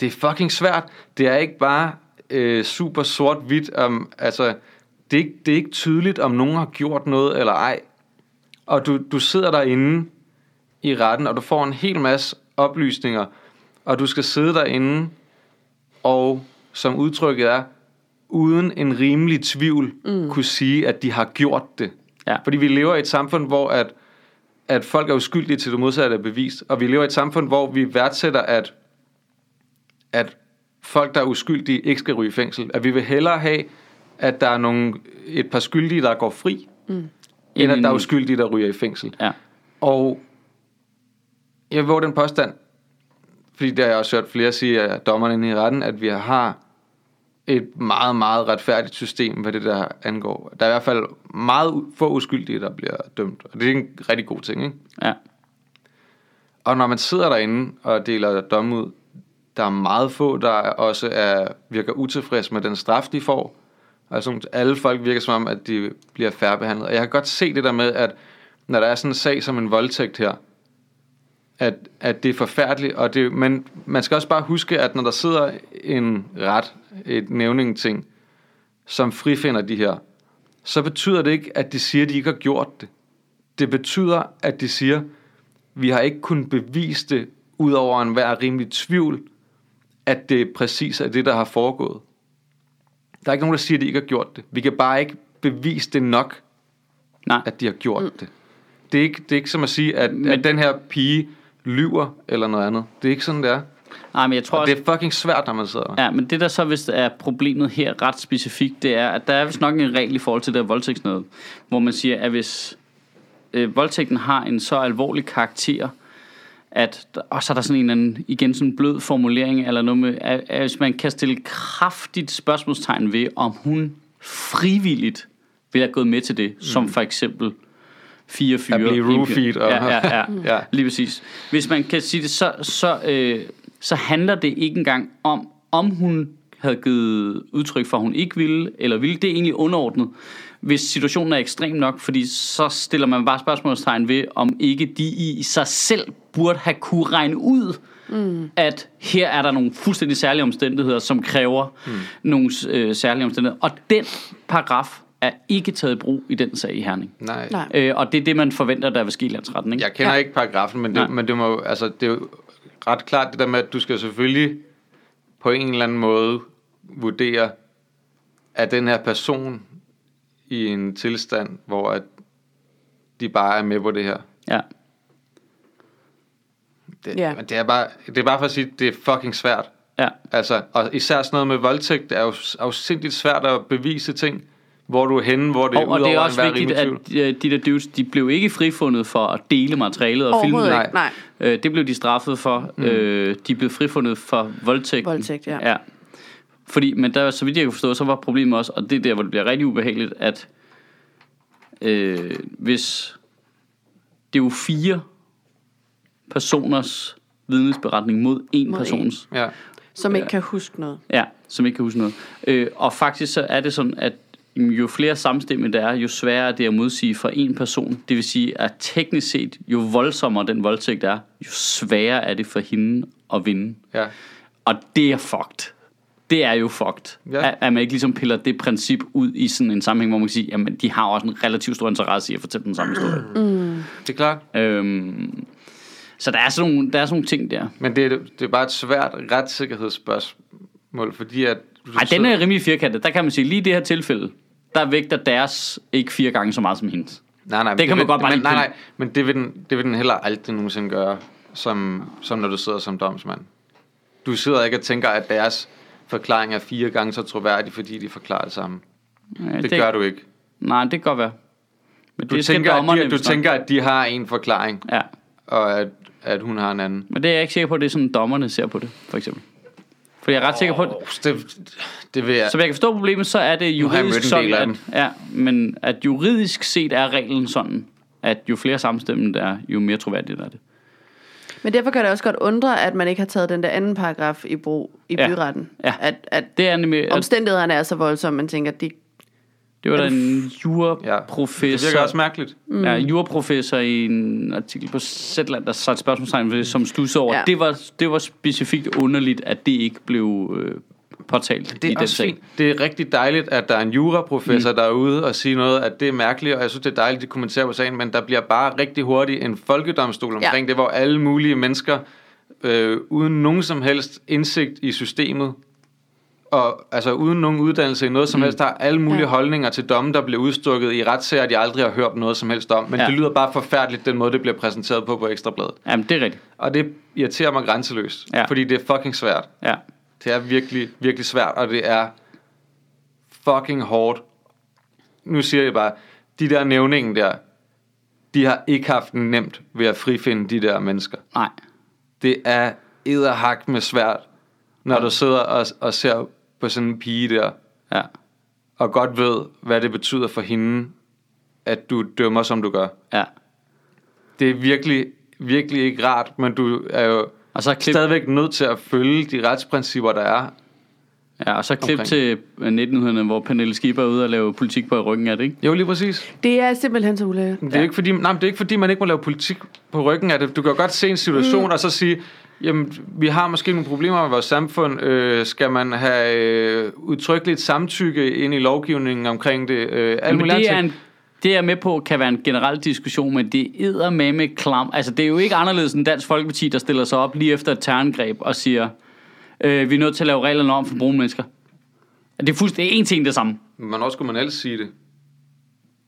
det er fucking svært. Det er ikke bare øh, super sort-hvidt. om altså, det, er ikke, det er ikke tydeligt, om nogen har gjort noget eller ej. Og du, du sidder derinde i retten, og du får en hel masse oplysninger, og du skal sidde derinde, og som udtrykket er, uden en rimelig tvivl mm. kunne sige, at de har gjort det. Ja. Fordi vi lever i et samfund, hvor at, at folk er uskyldige til det modsatte er bevist, og vi lever i et samfund, hvor vi værdsætter, at at folk, der er uskyldige, ikke skal ryge i fængsel. At vi vil hellere have, at der er nogle, et par skyldige, der går fri, end at der er uskyldige, der ryger i fængsel. Ja. Og jeg våger den påstand, fordi der har jeg også hørt flere sige af dommerne inde i retten, at vi har et meget, meget retfærdigt system, hvad det der angår. Der er i hvert fald meget u- få uskyldige, der bliver dømt. Og det er en rigtig god ting, ikke? ja. Og når man sidder derinde og deler domme ud, der er meget få, der også er, virker utilfredse med den straf, de får. Altså, alle folk virker som om, at de bliver færrebehandlet. Og jeg kan godt se det der med, at når der er sådan en sag som en voldtægt her, at, at det er forfærdeligt. Og det, men man skal også bare huske, at når der sidder en ret, et nævning ting, som frifinder de her, så betyder det ikke, at de siger, at de ikke har gjort det. Det betyder, at de siger, vi har ikke kunnet bevise det, ud over enhver rimelig tvivl, at det præcis er det, der har foregået. Der er ikke nogen, der siger, at de ikke har gjort det. Vi kan bare ikke bevise det nok, Nej. at de har gjort mm. det. Det er, ikke, det er ikke som at sige, at, at den her pige lyver eller noget andet. Det er ikke sådan, det er. Nej, men jeg tror Og også, det er fucking svært, når man sidder der. Ja, men det der så vist er problemet her ret specifikt, det er, at der er vist nok en regel i forhold til det her voldtægtsnød, hvor man siger, at hvis øh, voldtægten har en så alvorlig karakter, at, og så er der sådan en eller anden, igen sådan en blød formulering, eller noget med, at, at hvis man kan stille kraftigt spørgsmålstegn ved, om hun frivilligt vil have gået med til det, mm. som for eksempel fire fyre. blive roofied og- Mm. Ja, ja, ja. Ja. Lige præcis. Hvis man kan sige det, så, så, øh, så handler det ikke engang om, om hun havde givet udtryk for, at hun ikke ville, eller ville. Det er egentlig underordnet, hvis situationen er ekstrem nok, fordi så stiller man bare spørgsmålstegn ved, om ikke de i sig selv burde have kunne regne ud, mm. at her er der nogle fuldstændig særlige omstændigheder, som kræver mm. nogle øh, særlige omstændigheder. Og den paragraf er ikke taget i brug i den sag i Herning. Nej. Nej. Øh, og det er det, man forventer, der vil ske i landsretten, ikke? Jeg kender Ja. ikke paragrafen, men Nej. det, men det, må, jo- altså, det er jo ret klart det der med, at du skal selvfølgelig på en eller anden måde vurdere, at den her person i en tilstand, hvor at de bare er med på det her. Ja. Det, Ja. men det, er bare, det er bare for at sige, det er fucking svært. Ja, Altså, og især sådan noget med voldtægt, er jo afsindigt svært at bevise ting, hvor du er henne, hvor det er og, og det er udover også enhver vigtigt, rimelig at tvivl. øh, de der dudes, de blev ikke frifundet for at dele materialet og filmen. Overhovedet Nej. ikke, nej. Øh, det blev de straffet for. Mm. Øh, de blev frifundet for voldtægt. Voldtægt, ja. ja. Fordi, men der, så vidt jeg kan forstå, så var problemet også, og det er der, hvor det bliver rigtig ubehageligt, at øh, hvis det er jo fire personers vidnesberetning mod en Mod én. persons. Ja. som ikke kan huske noget. Ja, som ikke kan huske noget. Øh, og faktisk så er det sådan, at jo flere samstemmige der er, jo sværere er det at modsige for en person. Det vil sige, at teknisk set, jo voldsommere den voldtægt er, jo sværere er det for hende at vinde. Ja. Og det er fucked. Det er jo fucked. Ja. Ja. At, at man ikke ligesom piller det princip ud i sådan en sammenhæng, hvor man kan sige, jamen de har også en relativt stor interesse i at fortælle den samme historie. Det er klart. Øhm, så der er, sådan nogle, der er sådan nogle ting der. Men det er, det er bare et svært retssikkerhedsspørgsmål, fordi at... du Ej, den sidder- er rimelig firkantet. Der kan man sige, lige i det her tilfælde, der vægter deres ikke fire gange så meget som hendes. Nej, nej, men Det kan man vil- godt bare men, lige nej, pille. nej, men det vil, den, det vil den heller aldrig nogensinde gøre, som, som når du sidder som domsmand. Du sidder ikke og tænker, at deres forklaring er fire gange så troværdig, fordi de forklarer det samme. Ja, Det, det gør du ikke. Nej, det kan godt være. Men Du, skal tænker, at dommerne de, du vist nok- tænker, at de har en forklaring, Ja, og at, at hun har en anden. men det er jeg ikke sikker på, at det er sådan, dommerne ser på det, for eksempel. Fordi jeg er ret sikker på, at, Oh, det, det vil jeg... som jeg kan forstå problemet, så er det har jeg mødt en juridisk sådan, del af at, ja, men at juridisk set er reglen sådan, at jo flere samstemmende der er, jo mere troværdigt er det. Men derfor kan det også godt undre, at man ikke har taget den der anden paragraf i brug i Ja. byretten. Ja. At, at Det er nemlig, at, omstændighederne er så voldsomme, man tænker, at de... det var der en Ja. Det juraprofessor, virker også mærkeligt. Mm. Ja, juraprofessor i en artikel på Zetland, der satte spørgsmålstegn ved det, som studsede over. Ja. Ja. Det, var, det var specifikt underligt, at det ikke blev øh, påtalt Det i er, den også sag. fint. det er rigtig dejligt, at der er en juraprofessor, mm. der er ude og sige noget, at det er mærkeligt, og jeg synes, det er dejligt, at de kommenterer på sagen, men der bliver bare rigtig hurtigt en folkedomstol omkring ja. det, hvor alle mulige mennesker, øh, uden nogen som helst indsigt i systemet, og altså uden nogen uddannelse i noget som mm. helst, har alle mulige ja. Ja. holdninger til domme, der bliver udstukket i retssager, de aldrig har hørt noget som helst om. Men ja. Ja. det lyder bare forfærdeligt, den måde, det bliver præsenteret på på Ekstrabladet. Jamen, det er rigtigt. Og det irriterer mig grænseløst, ja. Ja. fordi det er fucking svært. Ja. Det er virkelig, virkelig svært, og det er fucking hårdt. Nu siger jeg bare, de der nævningen der, de har ikke haft det nemt ved at frifinde de der mennesker. Nej. Det er edderhak med svært, når du sidder og, og ser på sådan en pige der, Ja. og godt ved, hvad det betyder for hende, at du dømmer, som du gør. Ja. Det er virkelig, virkelig ikke rart, men du er jo Og så klip, stadigvæk nødt til at følge de retsprincipper, der er, ja, og så klip Omkring. til 1900'erne, hvor Pernille Skipper er ude og lave politik på ryggen af det, ikke? Jo, lige præcis. Det er simpelthen så ulækkert. Men Det er, ja. ikke fordi, nej, men det er ikke fordi, man ikke må lave politik på ryggen af det. Du kan jo godt se en situation mm. og så sige, jamen, vi har måske nogle problemer med vores samfund. Øh, skal man have øh, udtrykkeligt samtykke ind i lovgivningen omkring det? Øh, alle Men mulige det andre er, ting. en, det er jeg med på, kan være en generel diskussion, men det er med klam. Altså, det er jo ikke anderledes end Dansk Folkeparti, der stiller sig op lige efter et terrorangreb og siger, øh, vi er nødt til at lave reglerne om for brune mennesker. Det er fuldstændig en ting det samme. Men også skulle man ellers sige det.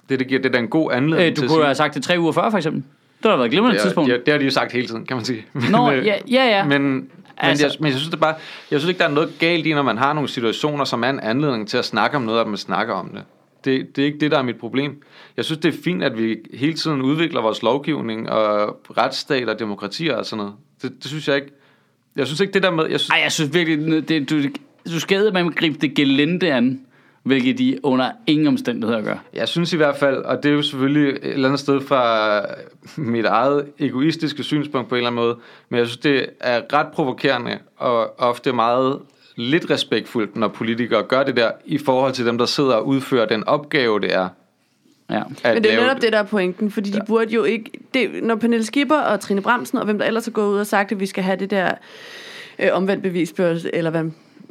Det, det giver det er da en god anledning Øh, til du at sige kunne have sagt det tre uger før, for eksempel. Det har da været et glimrende Ja, tidspunkt. Ja, det har de jo sagt hele tiden, kan man sige. Men, Nå, øh, ja, ja, ja. Men, men, altså, Altså- jeg, men jeg synes det er bare, jeg synes ikke, der er noget galt i, når man har nogle situationer, som er en anledning til at snakke om noget, at man snakker om det. Det, det er ikke det, der er mit problem. Jeg synes, det er fint, at vi hele tiden udvikler vores lovgivning og retsstat og demokratier og sådan noget. Det, det synes jeg ikke. Jeg synes ikke det der med... Jeg synes, Ej, jeg synes virkelig, det, du, du skal med at gribe det gelente an, hvilket de under ingen omstændigheder gør. Jeg synes i hvert fald, og det er jo selvfølgelig et eller andet sted fra mit eget egoistiske synspunkt på en eller anden måde, men jeg synes, det er ret provokerende og ofte meget lidt respektfuldt, når politikere gør det der i forhold til dem, der sidder og udfører den opgave, det er Ja. at Men det er jo lave netop det, der er pointen, fordi ja. de burde jo ikke... Det, når Pernille Skipper og Trine Bramsen og hvem der ellers har gået ud og sagt, at vi skal have det der øh, omvendt bevisbørelse, eller hvad,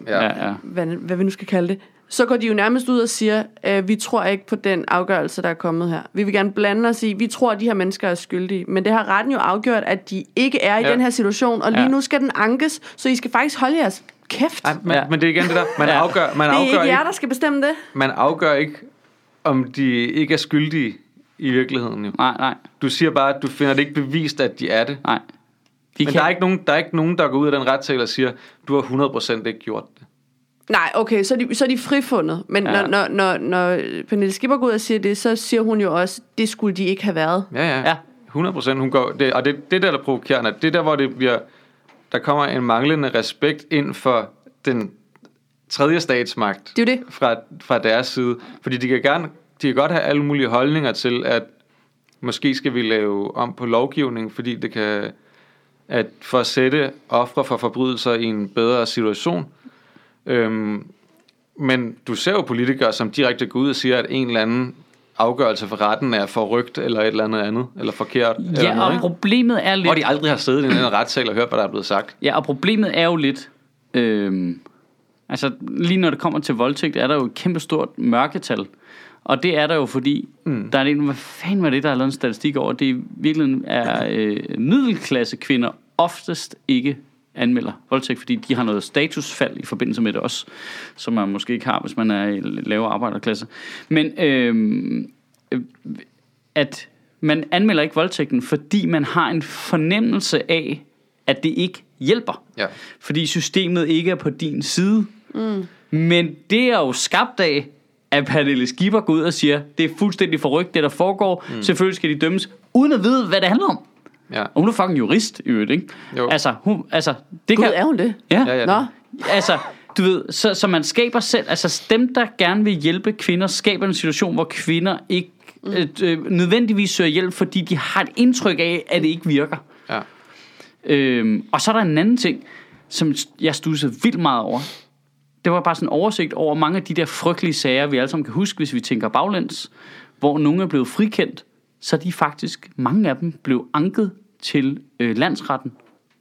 Ja. Ja, ja. hvad, hvad vi nu skal kalde det, så går de jo nærmest ud og siger, øh, vi tror ikke på den afgørelse, der er kommet her. Vi vil gerne blande os i, vi tror, at de her mennesker er skyldige. Men det har retten jo afgjort, at de ikke er i Ja. ja. den her situation, og lige Ja. ja. nu skal den ankes, så I skal faktisk holde jeres kæft. Ej, men, ja. Ja. men det er igen det der, man Ja. afgør, man det er ikke afgør, jer, ikke, der skal bestemme det. man afgør ikke, om de ikke er skyldige i virkeligheden jo. Nej, nej, Du siger bare, at du finder det ikke bevist, at de er det. nej. De Men der er, ikke nogen, der er ikke nogen, der går ud af den retssal og siger, du har 100% ikke gjort det. Nej, okay, så er de, så er de frifundet. Men ja. Ja. når, når, når, når Pernille Skipper går ud og siger det, så siger hun jo også, det skulle de ikke have været. Ja, ja. Ja. 100 procent. Hun går, det, og det, det der, der er provokerende, det er der, hvor det bliver, der kommer en manglende respekt ind for den tredje statsmagt Det er jo det. Fra, fra deres side. Fordi de kan, gerne, de kan godt have alle mulige holdninger til, at måske skal vi lave om på lovgivning, fordi det kan at for at sætte ofre for forbrydelser i en bedre situation. Øhm, men du ser jo politikere, som direkte går ud og siger, at en eller anden afgørelse for retten er forrygt, eller et eller andet andet, eller forkert. eller Ja, noget, og ikke? problemet er Hvor lidt... de aldrig har siddet i en eller anden retssal og hørt, hvad der er blevet sagt. Ja, og problemet er jo lidt... Øhm, altså, lige når det kommer til voldtægt, er der jo et kæmpe stort mørketal. Og det er der jo, fordi mm. der er en... Hvad fanden var det, der har lavet en statistik over? Det i virkeligheden er øh, middelklasse kvinder oftest ikke anmelder voldtægt, fordi de har noget statusfald i forbindelse med det også, som man måske ikke har, hvis man er i lavere arbejderklasse. Men øhm, øh, at man anmelder ikke voldtægten, fordi man har en fornemmelse af, at det ikke hjælper. Ja. Fordi systemet ikke er på din side. Mm. Men det er jo skabt af, at Pernille Skipper går ud og siger, det er fuldstændig forrygt, det der foregår. Mm. Selvfølgelig skal de dømmes, uden at vide, hvad det handler om. Ja. Og hun er fucking jurist, i øvrigt, ikke? Jo. Altså, hun, altså, det Gud, kan... er hun det? Ja. Ja, ja, Nå, Altså, du ved, så, så man skaber selv, altså dem, der gerne vil hjælpe kvinder, skaber en situation, hvor kvinder ikke Mm. øh, øh, nødvendigvis søger hjælp, fordi de har et indtryk af, at det ikke virker. ja. Øhm, og så er der en anden ting, som jeg studsede vildt meget over. Det var bare sådan en oversigt over mange af de der frygtelige sager, vi alle sammen kan huske, hvis vi tænker baglæns, hvor nogen er blevet frikendt, så er de faktisk, mange af dem, blev anket til øh, landsretten,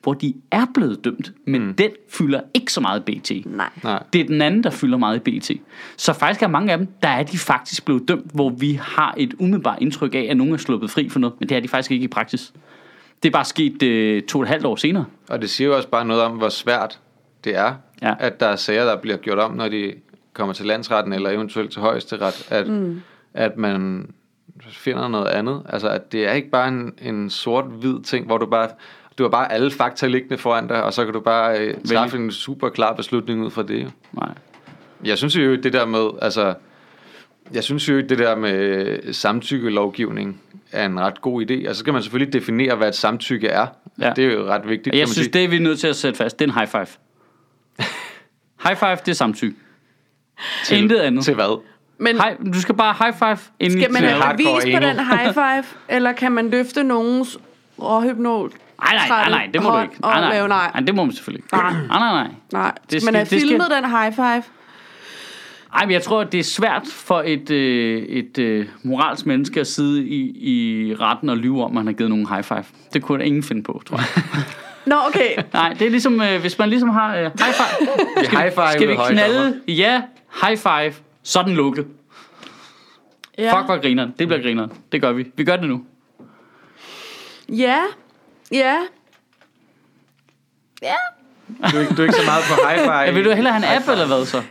hvor de er blevet dømt, men mm. den fylder ikke så meget i BT. nej. Nej. Det er den anden, der fylder meget i BT. Så faktisk er mange af dem, der er de faktisk blevet dømt, hvor vi har et umiddelbart indtryk af, at nogen er sluppet fri for noget. Men det er de faktisk ikke i praksis. Det er bare sket øh, to og et halvt år senere. Og det siger jo også bare noget om, hvor svært det er, Ja. ja. at der er sager, der bliver gjort om, når de kommer til landsretten eller eventuelt til højesteret, at, mm. at man finder noget andet. Altså, at det er ikke bare en, en sort-hvid ting, hvor du bare du har bare alle fakta liggende foran dig, og så kan du bare øh, træffe en super klar beslutning ud fra det. Jo. Nej. Jeg synes jo, det der med, altså, jeg synes jo, det der med samtykkelovgivning er en ret god idé. Og så skal man selvfølgelig definere, hvad et samtykke er. Ja. Ja. Det er jo ret vigtigt. kan man Jeg synes, sige. det er vi nødt til at sætte fast. Det er en high five. high five, det er samtykke. Til, Intet andet. Til hvad? Men High, du skal bare high five. Inden skal man til- er have hardcore bevis på emo. den high five, eller kan man løfte nogens råhypnol? Nej, nej, nej, nej, det må du ikke. Nej, Og nej, lave nej. Ah. nej, det må man selvfølgelig ikke. Ah, Nej, nej, nej. Nej, Det det skal, man have skal- det skal- filmet den high five? Ej, men jeg tror, at det er svært for et, øh, et øh, moralsk menneske at sidde i, i retten og lyve om, at han har givet nogen high five. Det kunne ingen finde på, tror jeg. Nå, okay. Nej, det er ligesom, øh, hvis man ligesom har øh, high five. Skal, high five skal vi knalde? Ja, high five. Sådan lukket. Ja. Ja. Fuck, hvor grineren. Det bliver grineren. Det gør vi. Vi gør det nu. Ja. Ja. Ja. Du er, ikke, du er ikke så meget på hi-fi. Ja, vil du hellere have en app eller hvad så?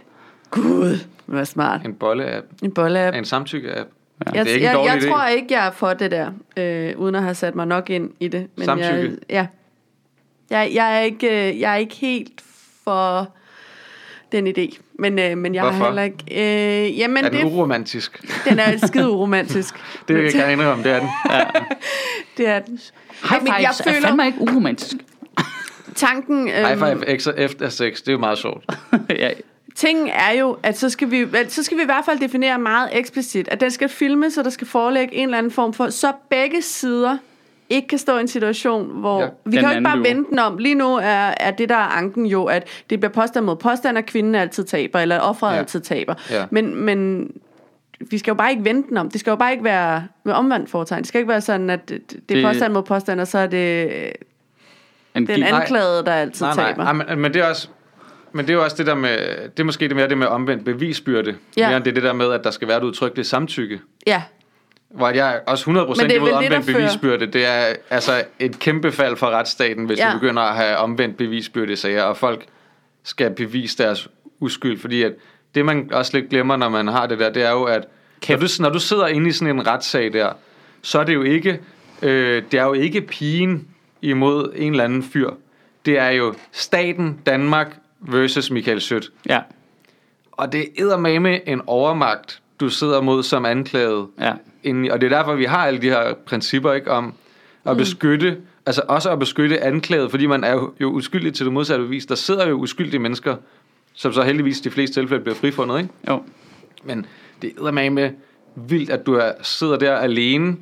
Gud, hvor smart. En bolle-app. En bolle-app. En samtykke-app. Jeg, det er ikke en jeg, dårlig jeg idé. tror ikke, jeg er for det der, øh, uden at have sat mig nok ind i det. Men Jeg, Samtykke. ja. Jeg, jeg, er ikke, øh, jeg er ikke helt for den idé. Men, øh, men jeg Hvorfor? har heller ikke... Øh, jamen, Er den det, uromantisk? den er skide uromantisk. Det vil jeg gerne indrømme, det er den. Øhm. det er den. High Jamen, five jeg er føler fandme ikke uromantisk. tanken... Øh, Hi-fi efter, efter sex, det er jo meget sjovt. ja, Tingen er jo, at så skal, vi, vel, så skal vi i hvert fald definere meget eksplicit, at den skal filmes, og der skal forelægge en eller anden form for, så begge sider ikke kan stå i en situation, hvor... Ja, Ja, vi den kan jo ikke bare anden løber. vende den om. Lige nu er, er det, der er anken jo, at det bliver påstand mod påstand, at kvinden altid taber, eller at offeret Ja. ja. altid taber. Ja. Men, men vi skal jo bare ikke vende den om. Det skal jo bare ikke være med omvendt foretegn. Det skal ikke være sådan, at det, det, det Det- er påstand mod påstand, og så er det øh, den angiv- anklagede, der altid Nej, nej. taber. Ej, men, men det er også... Men det er jo også det der med, det er måske det mere det med omvendt bevisbyrde, Ja. ja. mere end det er det der med, at der skal være et udtrykkeligt samtykke. Ja, Hvor jeg er også 100% Men det er imod vel det, der omvendt fører- bevisbyrde. Det er altså et kæmpe fald for retsstaten, hvis Ja. ja. du begynder at have omvendt bevisbyrde i sager, og folk skal bevise deres uskyld. Fordi at det, man også lidt glemmer, når man har det der, det er jo, at når du, når du sidder inde i sådan en retssag der, så er det jo ikke, øh, det er jo ikke pigen imod en eller anden fyr. Det er jo staten Danmark versus Michael Sødt. Ja, Og det er med en overmagt, du sidder mod som anklaget. ja. Inden, og det er derfor, vi har alle de her principper ikke om at mm. beskytte, altså også at beskytte anklaget, fordi man er jo- jo uskyldig til det modsatte bevis. Der sidder jo uskyldige mennesker, som så heldigvis i de fleste tilfælde bliver frifundet, ikke? Jo. Men det er med vildt, at du er, sidder der alene,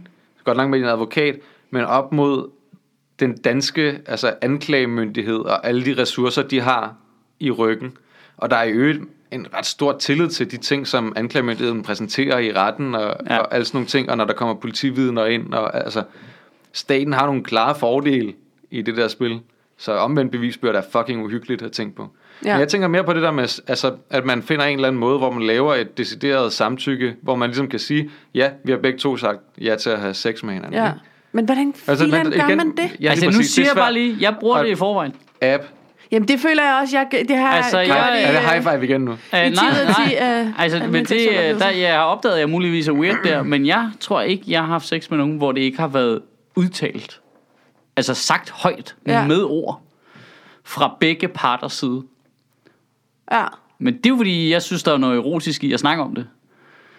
godt nok med din advokat, men op mod den danske altså anklagemyndighed og alle de ressourcer, de har i ryggen. Og der er i øvrigt en ret stor tillid til de ting, som anklagemyndigheden præsenterer i retten og, Ja. ja. og alle sådan nogle ting, og når der kommer politividner ind. Og, altså, staten har nogle klare fordele i det der spil, så omvendt bevisbyrde er fucking uhyggeligt at tænke på. Ja. Ja. Men jeg tænker mere på det der med, altså, at man finder en eller anden måde, hvor man laver et decideret samtykke, hvor man ligesom kan sige, ja, vi har begge to sagt ja til at have sex med hinanden. Ja. ikke? Men hvordan altså, men, gør man det? Ja, lige altså, nu præcis. Det er siger jeg svært. bare lige, jeg bruger Og- det i forvejen. Uh, App. Jamen, det føler jeg også, jeg, det har Altså, jeg jeg- gjort i... Er det øh, high five igen nu? nej, ti ud af ti, nej. øh, Altså, af men mine det, øh, der, sexoplevelser. jeg har opdaget, at jeg muligvis er weird der, men jeg tror ikke, jeg har haft sex med nogen, hvor det ikke har været udtalt. Altså sagt højt, Ja. ja. med ord, fra begge parters side. Ja, Men det er jo fordi, jeg synes, der er noget erotisk i at snakke om det.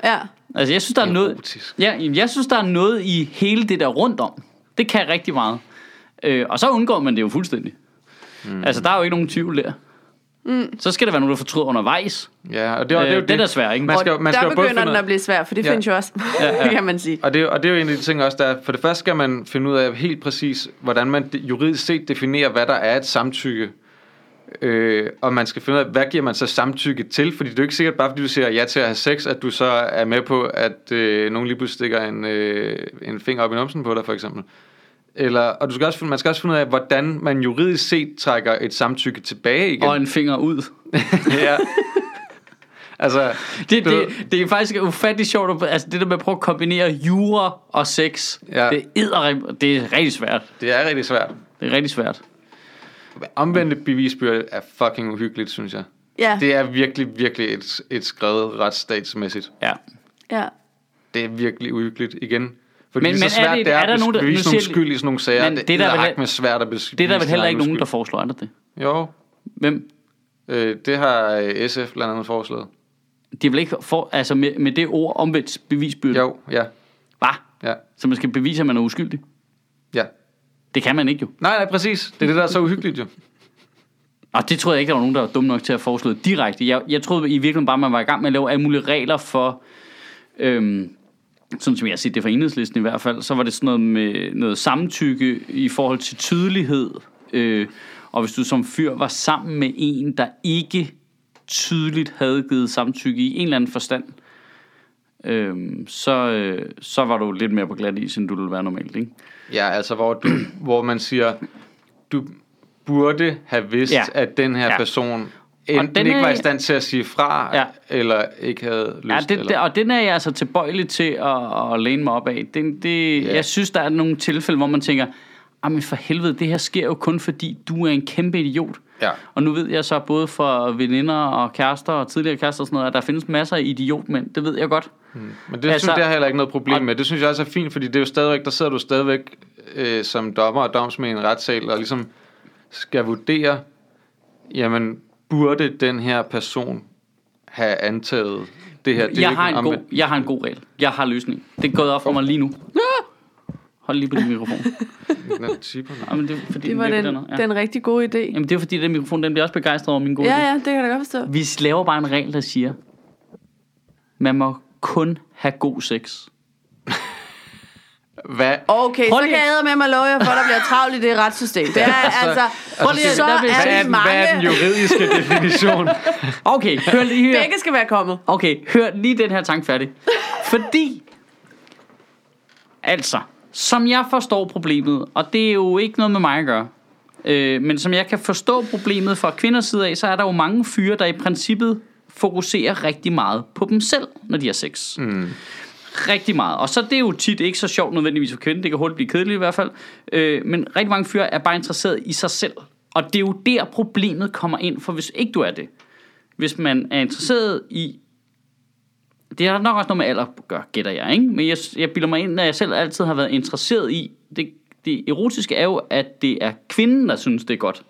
ja. Altså, jeg synes, der er noget... Erotisk. Ja, jamen, jeg synes, der er noget i hele det der rundt om. Det kan jeg rigtig meget. Øh, og så undgår man det jo fuldstændig. Mm. Altså, der er jo ikke nogen tvivl der. Mm. Så skal der være nogen, der fortryder undervejs. Ja, og det, og det, Øh, er jo det er der svært, ikke? Man skal, Og man skal der jo både begynder finde den ud af- at blive svær, for det Ja. findes jo også, ja. kan man sige. Og det, er jo- og det er jo en af de ting også, der er, for det første skal man finde ud af helt præcis, hvordan man de- juridisk set definerer, hvad der er et samtykke. Øh, og man skal finde ud af, hvad giver man så samtykke til? Fordi det er jo ikke sikkert, bare fordi du siger ja til at have sex, at du så er med på, at øh, nogen lige pludselig stikker en, øh, en finger op i numsen på dig, for eksempel. Eller, og du skal også, finde- man skal også finde ud af, hvordan man juridisk set trækker et samtykke tilbage igen. Og en finger ud. ja. Altså, Det, du ved- det, det er faktisk ufattelig sjovt. at- Altså, det der med at prøve at kombinere jura og sex. Ja. Det, edder, det er rigtig svært. det er rigtig svært. Det er rigtig svært. Omvendte bevisbyrde er fucking uhyggeligt, synes jeg. Ja, Det er virkelig, virkelig et, et skrevet retsstatsmæssigt. Ja. ja. Det er virkelig uhyggeligt igen. Fordi Men- men, så men er svært det- det er, er at der nogen, der- bes- nu bevise siger nogen jeg- skyld i sådan nogle sager. Men det, det det er der vel er heller- med svært at bes- Det er der vel bevise heller sin ikke nogen, der egen foreslår, er der det? uskyld. Jo, Hvem? øh, det har øh, SF blandt andet foreslået. De vil ikke for, altså med, med det ord omvendt bevisbyrde. Jo, ja, Hva? ja, Så man skal bevise, at man er uskyldig. ja. Det kan man ikke jo. Nej, nej, præcis. Det er det, der er så uhyggeligt jo. Og det troede jeg ikke, der var nogen, der var dum nok til at foreslå det direkte. Jeg, jeg troede i virkeligheden bare, man var i gang med at lave alle mulige regler for... Øhm, sådan som jeg har set det fra enhedslisten i hvert fald, så var det sådan noget med noget samtykke i forhold til tydelighed. Øh, og hvis du som fyr var sammen med en, der ikke tydeligt havde givet samtykke i en eller anden forstand, øh, så, øh, så var du lidt mere på glat is, end du ville være normalt, ikke? Ja, altså hvor, du, hvor man siger, du burde have vidst, Ja. ja. at den her Ja. ja. person enten den den ikke er- var i stand til at sige fra, Ja. ja. eller ikke havde lyst. Ja, det, eller... det, og den er jeg altså tilbøjelig til at, at læne mig op af. Den, det, Ja. Jeg synes, der er nogle tilfælde, hvor man tænker, "Ah, men for helvede, det her sker jo kun fordi, du er en kæmpe idiot. Ja. Og nu ved jeg så både for veninder og kærester og tidligere kærester og sådan noget, at der findes masser af idiotmænd. Det ved jeg godt. Men det, Altså- altså, synes, det har jeg heller ikke noget problem Og- med. Det synes jeg også er fint, fordi det er jo stadigvæk, der sidder du stadigvæk øh, som dommer og domsmænd i en retssal, og ligesom skal vurdere, jamen, burde den her person have antaget det her? Det er Jeg ikke har, en god, omvendt- jeg har en god regel. Jeg har løsning. Det er gået op for mig lige nu. Ah! Hold lige på din mikrofon. Nå, tipper nu. Jamen, det, er, fordi Det var ligger den, dernede. ja. den rigtig gode idé. Jamen, det er fordi, den mikrofon den bliver også begejstret over min gode Ja, idé. ja, det kan jeg da godt Mm. forstå. Vi laver bare en regel, der siger, man må kun have god sex. Hvad? Okay, Prøv så lige- kan jeg med mig love jer for, at der bliver travlt i det retssystem. Det er altså, prøv lige- så der bliver- er Hvad er, det den, hvad er den mange. juridiske definition? Okay, hør lige her. Begge skal være kommet. Okay, hør lige den her tanke færdig. Fordi, altså, som jeg forstår problemet, og det er jo ikke noget med mig at gøre, øh, men som jeg kan forstå problemet fra kvinders side af, så er der jo mange fyre, der i princippet fokuserer rigtig meget på dem selv, når de har sex. Mm. Rigtig meget. Og så det er jo tit ikke så sjovt nødvendigvis for kvinden, det kan hurtigt blive kedeligt i hvert fald, øh, men rigtig mange fyre er bare interesseret i sig selv. Og det er jo der problemet kommer ind, for hvis ikke du er det, hvis man er interesseret i det har nok også noget med alder at gøre, gætter jeg, ikke? Men jeg, jeg bilder mig ind, at jeg selv altid har været interesseret i, det, det erotiske er jo, at det er kvinden, der synes, det er godt.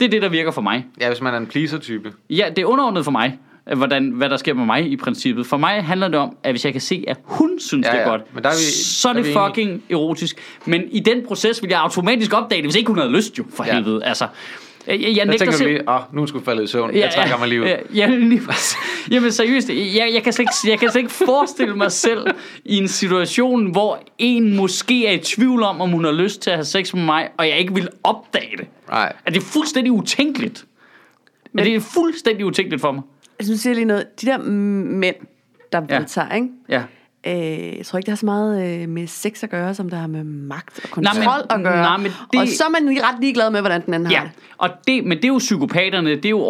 Det er det, der virker for mig. Ja, hvis man er en pleaser-type. Ja, det er underordnet for mig, at hvordan, hvad der sker med mig i princippet. For mig handler det om, at hvis jeg kan se, at hun synes, Ja, det er ja. godt, Men der er vi- så er der er det vi enige. fucking erotisk. Men i den proces vil jeg automatisk opdage det, hvis ikke hun havde lyst jo, for Ja. helvede. Altså, jeg, jeg, jeg Der nægter tænker du selv... lige, åh, oh, nu skulle jeg falde i søvn. Ja, jeg trækker mig lige ud. Ja, ja, lige præcis. Jamen seriøst, jeg, jeg, kan slet ikke, jeg kan slet ikke forestille mig selv i en situation, hvor en måske er i tvivl om, om hun har lyst til at have sex med mig, og jeg ikke vil opdage det. Nej. Er det er fuldstændig utænkeligt? Men, er det er fuldstændig utænkeligt for mig? Altså, nu siger jeg lige noget. De der mm, mænd, der Ja. vedtager, ikke? Ja. Øh, jeg tror ikke, det har så meget øh, med sex at gøre, som det har med magt og men- kontrol at gøre. nej, men det- Og så er man lige- ret ligeglad med, hvordan den anden Ja, har det. og det, men det er jo psykopaterne, det er jo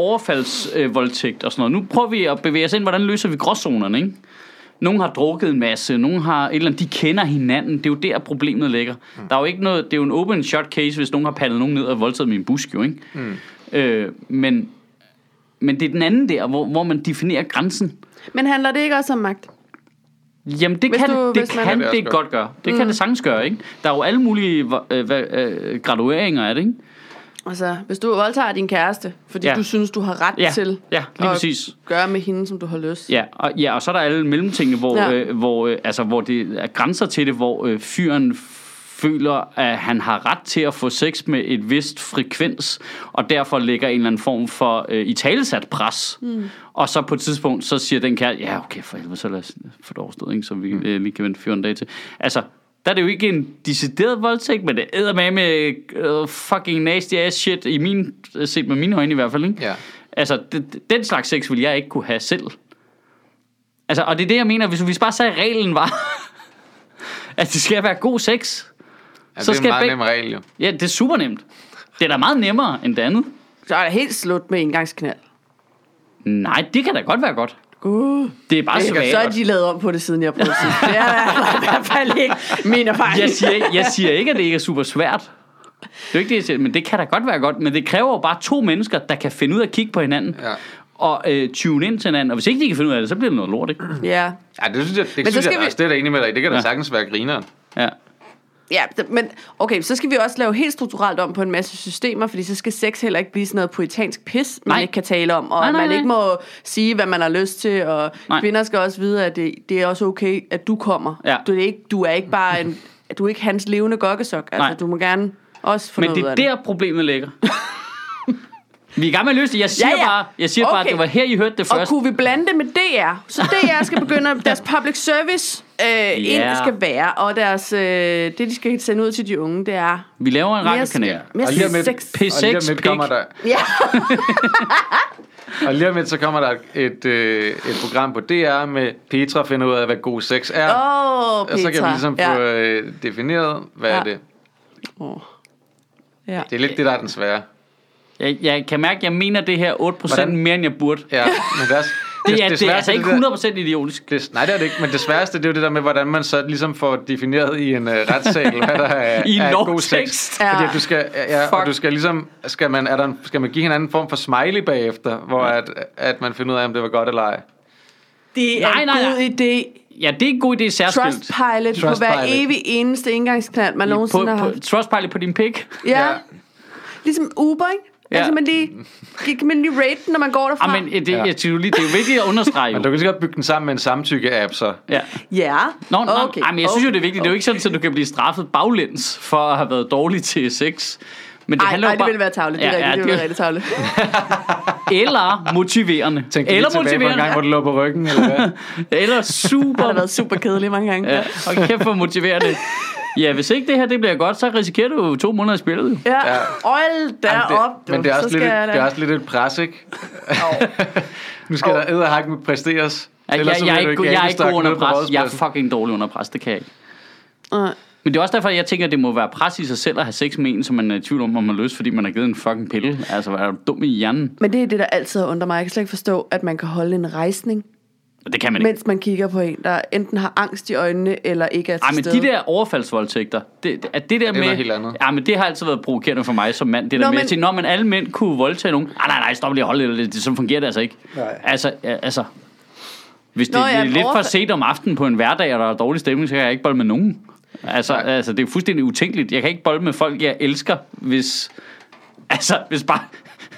overfaldsvoldtægt og sådan noget. Nu prøver vi at bevæge os ind, hvordan løser vi gråzonerne, ikke? Nogen har drukket en masse, nogen har et eller andet, de kender hinanden. Det er jo der, problemet ligger. Mm. Der er jo ikke noget, det er jo en open shot case, hvis nogen har pandet nogen ned og voldtaget min busk, jo, ikke? Mm. Øh, men, men det er den anden der, hvor, hvor man definerer grænsen. Men handler det ikke også om magt? Jamen, det Hvis kan, du- du, det, hvis man- kan Det det, kan det også godt gøre. Det mm. kan det sagtens gøre, ikke? Der er jo alle mulige øh, hvad, øh, gradueringer af det, ikke? Altså, hvis du voldtager din kæreste, fordi Ja. ja. du synes, du har ret Ja, til ja, lige at præcis. gøre med hende, som du har lyst. Ja, og, ja, og så er der alle mellemtingene, hvor, ja. Ja. øh, hvor, øh, altså, hvor det er grænser til det, hvor øh, fyren føler, at han har ret til at få sex med et vist frekvens, og derfor lægger en eller anden form for øh, italesat pres. Mm. Og så på et tidspunkt, så siger den kæreste, ja okay, for helvede, så lad os få det overstået, ikke? så vi øh, lige kan vente 14 dage til. Altså, der er det jo ikke en decideret voldtægt, men det æder med med øh, fucking nasty ass shit, i min, set med mine øjne i hvert fald. Ikke? Ja. Altså, det, den slags sex vil jeg ikke kunne have selv. Altså, og det er det, jeg mener. Hvis, hvis bare sagde, at reglen var, at det skal være god sex. Så Ja, det er en skal meget beg- nem regel, jo. Ja, det er super nemt. Det er da meget nemmere end det andet. Så er det helt slut med engangsknald. Nej, det kan da godt være godt. Uh. Det er bare Så er svært. de lavet om på det, siden jeg prøvede at sige. Det er i hvert fald ikke min erfaring. Jeg siger, ikke- jeg siger ikke, at det ikke er super svært. Det er jo ikke det, jeg siger, men det kan da godt være godt. Men det kræver jo bare to mennesker, der kan finde ud af at kigge på hinanden. Ja. Og øh, tune ind til hinanden. Og hvis ikke de kan finde ud af det, så bliver det noget lort, ikke? Ja. Ja, det synes jeg, det, så synes jeg skal vi... vi- også, det er jeg da enig med dig. i. Det kan da Ja. sagtens være grineren. Ja. Ja, d- men okay, så skal vi også lave helt strukturelt om på en masse systemer, fordi så skal sex heller ikke blive sådan noget puritansk pis, man Nej. nej. ikke kan tale om, og Nej, nej, nej, nej, man nej. ikke må sige, hvad man har lyst til, og Nej. nej. kvinder skal også vide, at det, det er også okay, at du kommer. Ja. Du, er ikke, du er ikke bare en, du er ikke hans levende gokkesok, altså Nej. du må gerne også få Men noget det ud er af det. der, problemet ligger. Vi er i gang med at løse det. Jeg siger Ja, ja. bare, jeg siger bare at Okay. det var her, I hørte det Og først. kunne vi blande det med DR? Så DR skal begynde at deres public service øh, Ja. yeah. skal være, og deres, øh, det de skal sende ud til de unge, det er... Vi laver en Mere- radiokanal. mere Og lige om lidt- sex. P6, og lige om lidt pik. kommer der, Ja. Og lige om lidt, så kommer der et, øh, et program på DR med Petra finder ud af, hvad god sex er. Åh, oh, Petra. og så kan vi ligesom ja. få øh, defineret, hvad ja. Ja. er det. Åh. Ja. Det er lidt det, der er den svære. Jeg, jeg kan mærke, at jeg mener det her 8% Hvordan? Hvordan? mere, end jeg burde. Ja, men det er, også- Det er, det, det er altså sværeste, ikke det der- 100% idiotisk. det, nej, det er det ikke, men det sværeste, det er jo det der med, hvordan man så ligesom får defineret i en uh, retssal, hvad der er, I en er god lovtekst. sex. Ja. Fordi at du skal, ja, Fuck. og du skal ligesom, skal man, er der en, skal man give hinanden en form for smiley bagefter, hvor at, at man finder ud af, om det var godt eller ej. Det er Nej, en nej, god idé. Ja, det er en god idé særskilt. Trustpilot på hver Trustpilot. evig eneste indgangsknald, man På, nogensinde har på, haft. trustpilot på din pik. Ja. Ja. ja. Ligesom Uber, ikke? Ja. Ja. Altså, man lige, kan man lige rate den, når man går derfra? Ah, men øh, det, Ja. ja. jeg, synes jo lige, det er jo vigtigt at understrege. Men du jo. kan lige så godt bygge den sammen med en samtykke-app, så. Ja. Ja. Nå, nå Okay. okay. ej, men jeg synes jo, det er Okay. vigtigt. Det er jo ikke sådan, at du kan blive straffet baglæns for at have været dårlig til sex. Men det Ej, handler nej, jo det bare... ville være tavle. Det, ja, ja, det, ville være rigtig tavle. Eller motiverende. Tænk eller eller lige tilbage på en gang, hvor du lå på ryggen, eller hvad? Eller Det har super været super kedeligt mange gange. Ja, og kæft for motiverende. Ja, hvis ikke det her det bliver godt, så risikerer du jo to måneder i spillet. jo. Ja. Ja. Hold da Jamen, op, du. men det er, også så lidt, skal jeg det da. er også lidt et pres, ikke? nu skal der æderhak med præsteres. Ja, jeg, Ellers så jeg, er bliver ikke, du god- jeg er ikke ganestok god under nede på pres. Jeg er Rådhuspladsen. fucking dårlig under pres, det kan jeg ikke. Nej. Men det er også derfor, jeg tænker, at det må være pres i sig selv at have sex med en, som man er i tvivl om, om man har lyst, fordi man har givet en fucking pille. Altså, hvad er du dum i hjernen? Men det er det, der altid har undret mig. Jeg kan slet ikke forstå, at man kan holde en rejsning, Det kan man ikke. mens man kigger på en, der enten har angst i øjnene, eller ikke er til Ej, men stede. de der overfaldsvoldtægter, det, at det der er med... noget helt andet. Ja, men det har altid været provokerende for mig som mand. Det der Nå, med, men- at sige, når man alle mænd kunne voldtage nogen. Ah, Nej, nej, nej, stop lige, hold lidt, lidt. det- Sådan fungerer det altså ikke. Nej. Altså, ja, altså... Hvis det Nå, Nå, ja, er en lidt for overfald- sent om aftenen på en hverdag, og der er dårlig stemning, så kan jeg ikke bolde med nogen. Altså, Nej. altså det er fuldstændig utænkeligt. Jeg kan ikke bolde med folk, jeg elsker, hvis... Altså, hvis bare...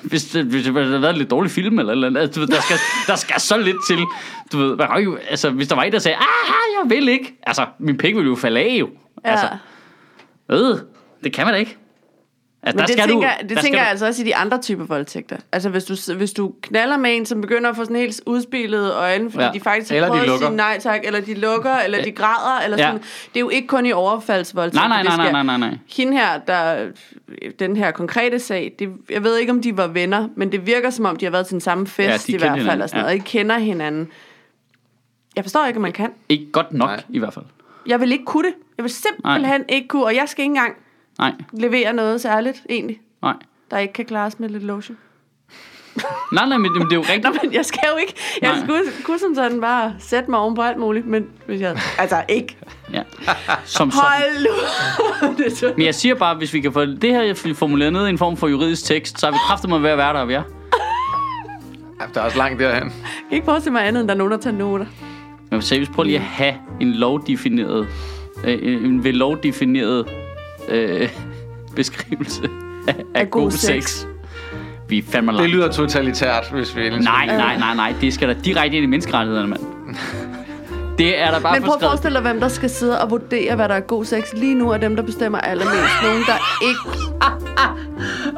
Hvis, det- hvis det havde været en lidt dårlig film eller et eller andet, altså, du ved, der, skal, der skal så lidt til. Du ved, man kan jo, altså, hvis der var en, der sagde, ah, jeg vil ikke. Altså, min pik ville jo falde af jo. Ja. Altså, øh, det kan man da ikke. Altså, Men det tænker, der det skal tænker du- jeg altså også i de andre typer voldtægter. Altså hvis du, hvis du knaller med en, som begynder at få sådan helt udspillet øjne, fordi Ja. ja. de faktisk har Eller de prøvet at lukker. sige nej tak, eller de lukker, eller de græder, eller Ja. sådan. Det er jo ikke kun i Nej, overfaldsvoldtægter. nej, det nej, nej, sker. nej, nej, nej. Hende her, der, den her konkrete sag, det, jeg ved ikke, om de var venner, men det virker, som om de har været til den samme Ja, de fest ja, i kendte hvert fald, hinanden, og, sådan ja. noget, og ikke kender hinanden. Jeg forstår ikke, at man kan. Ikke godt nok, Nej. i hvert fald. Jeg vil ikke kunne det. Jeg vil simpelthen nej. ikke kunne, og jeg skal ikke engang Nej, levere noget særligt, egentlig, nej. der ikke kan klares med lidt lotion. Nej, nej, men det er jo rigtigt. Nå, men jeg skal jo ikke. Jeg Nej. skulle, kunne som sådan bare sætte mig oven på alt muligt, men hvis jeg... Altså, ikke. Ja. Som sådan. Hold nu! det er så... Men jeg siger bare, hvis vi kan få det her formuleret ned i en form for juridisk tekst, så er vi kraftigt ved at være der, vi er. Ja, der er også langt Jeg derhen. kan ikke forestille mig andet, end der er nogen, der tager noter. Men seriøst, prøv lige at have en lovdefineret, øh, en ved lov defineret øh, beskrivelse af, af god, god god sex. sex. sex. Vi er fandme langt. Det lyder totalitært, hvis vi ellers... Nej, nej, nej, nej. Det skal da direkte ind i menneskerettighederne, mand. Det er der bare Men prøv at forskrevet. forestille dig, hvem der skal sidde og vurdere, hvad der er god sex lige nu, og dem, der bestemmer allermest. Nogen, der ikke...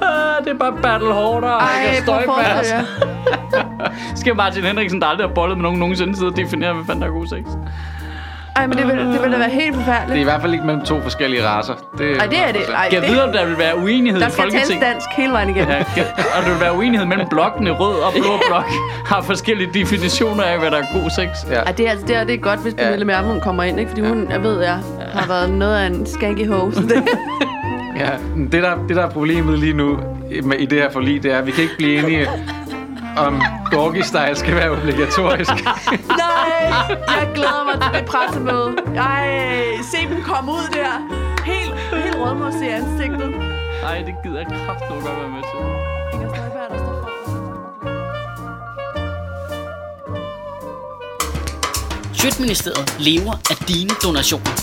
Ah, det er bare battle harder. Ej, Ej, prøv at forestille jer. Skal Martin Henriksen, der aldrig har bollet med nogen nogensinde, sidde og definere, hvad fanden der er god sex? Ej, men det ville, det ville da være helt Det er i forfærdeligt. hvert fald ikke mellem to forskellige raser. Det, Ej, det er det. Ej, Jeg ved, det om der vil være uenighed der i skal tales Folketinget. dansk hele vejen igennem. Ja, kan- og der vil være uenighed mellem blokkene, rød og blå blok, har forskellige definitioner af, hvad der er god sex. Ja. Ej, det er, altså, det, er, det er godt, hvis Pernille Mærme, hun kommer ind, ikke? Fordi hun, jeg ved, jeg har været noget af en skanky hoe. så det- Ja, men det der, det der er problemet lige nu i- med, i det her forlig, det er, at vi kan ikke blive enige om Gorgi-style skal være obligatorisk. Nej, jeg glæder mig til det pressemøde. Ej, se dem komme ud der. Helt, helt rødmos i ansigtet. Nej, det gider jeg kraftigt godt være med til. Inger Støjberg, der står foran. Sjøtministeriet lever af dine donationer.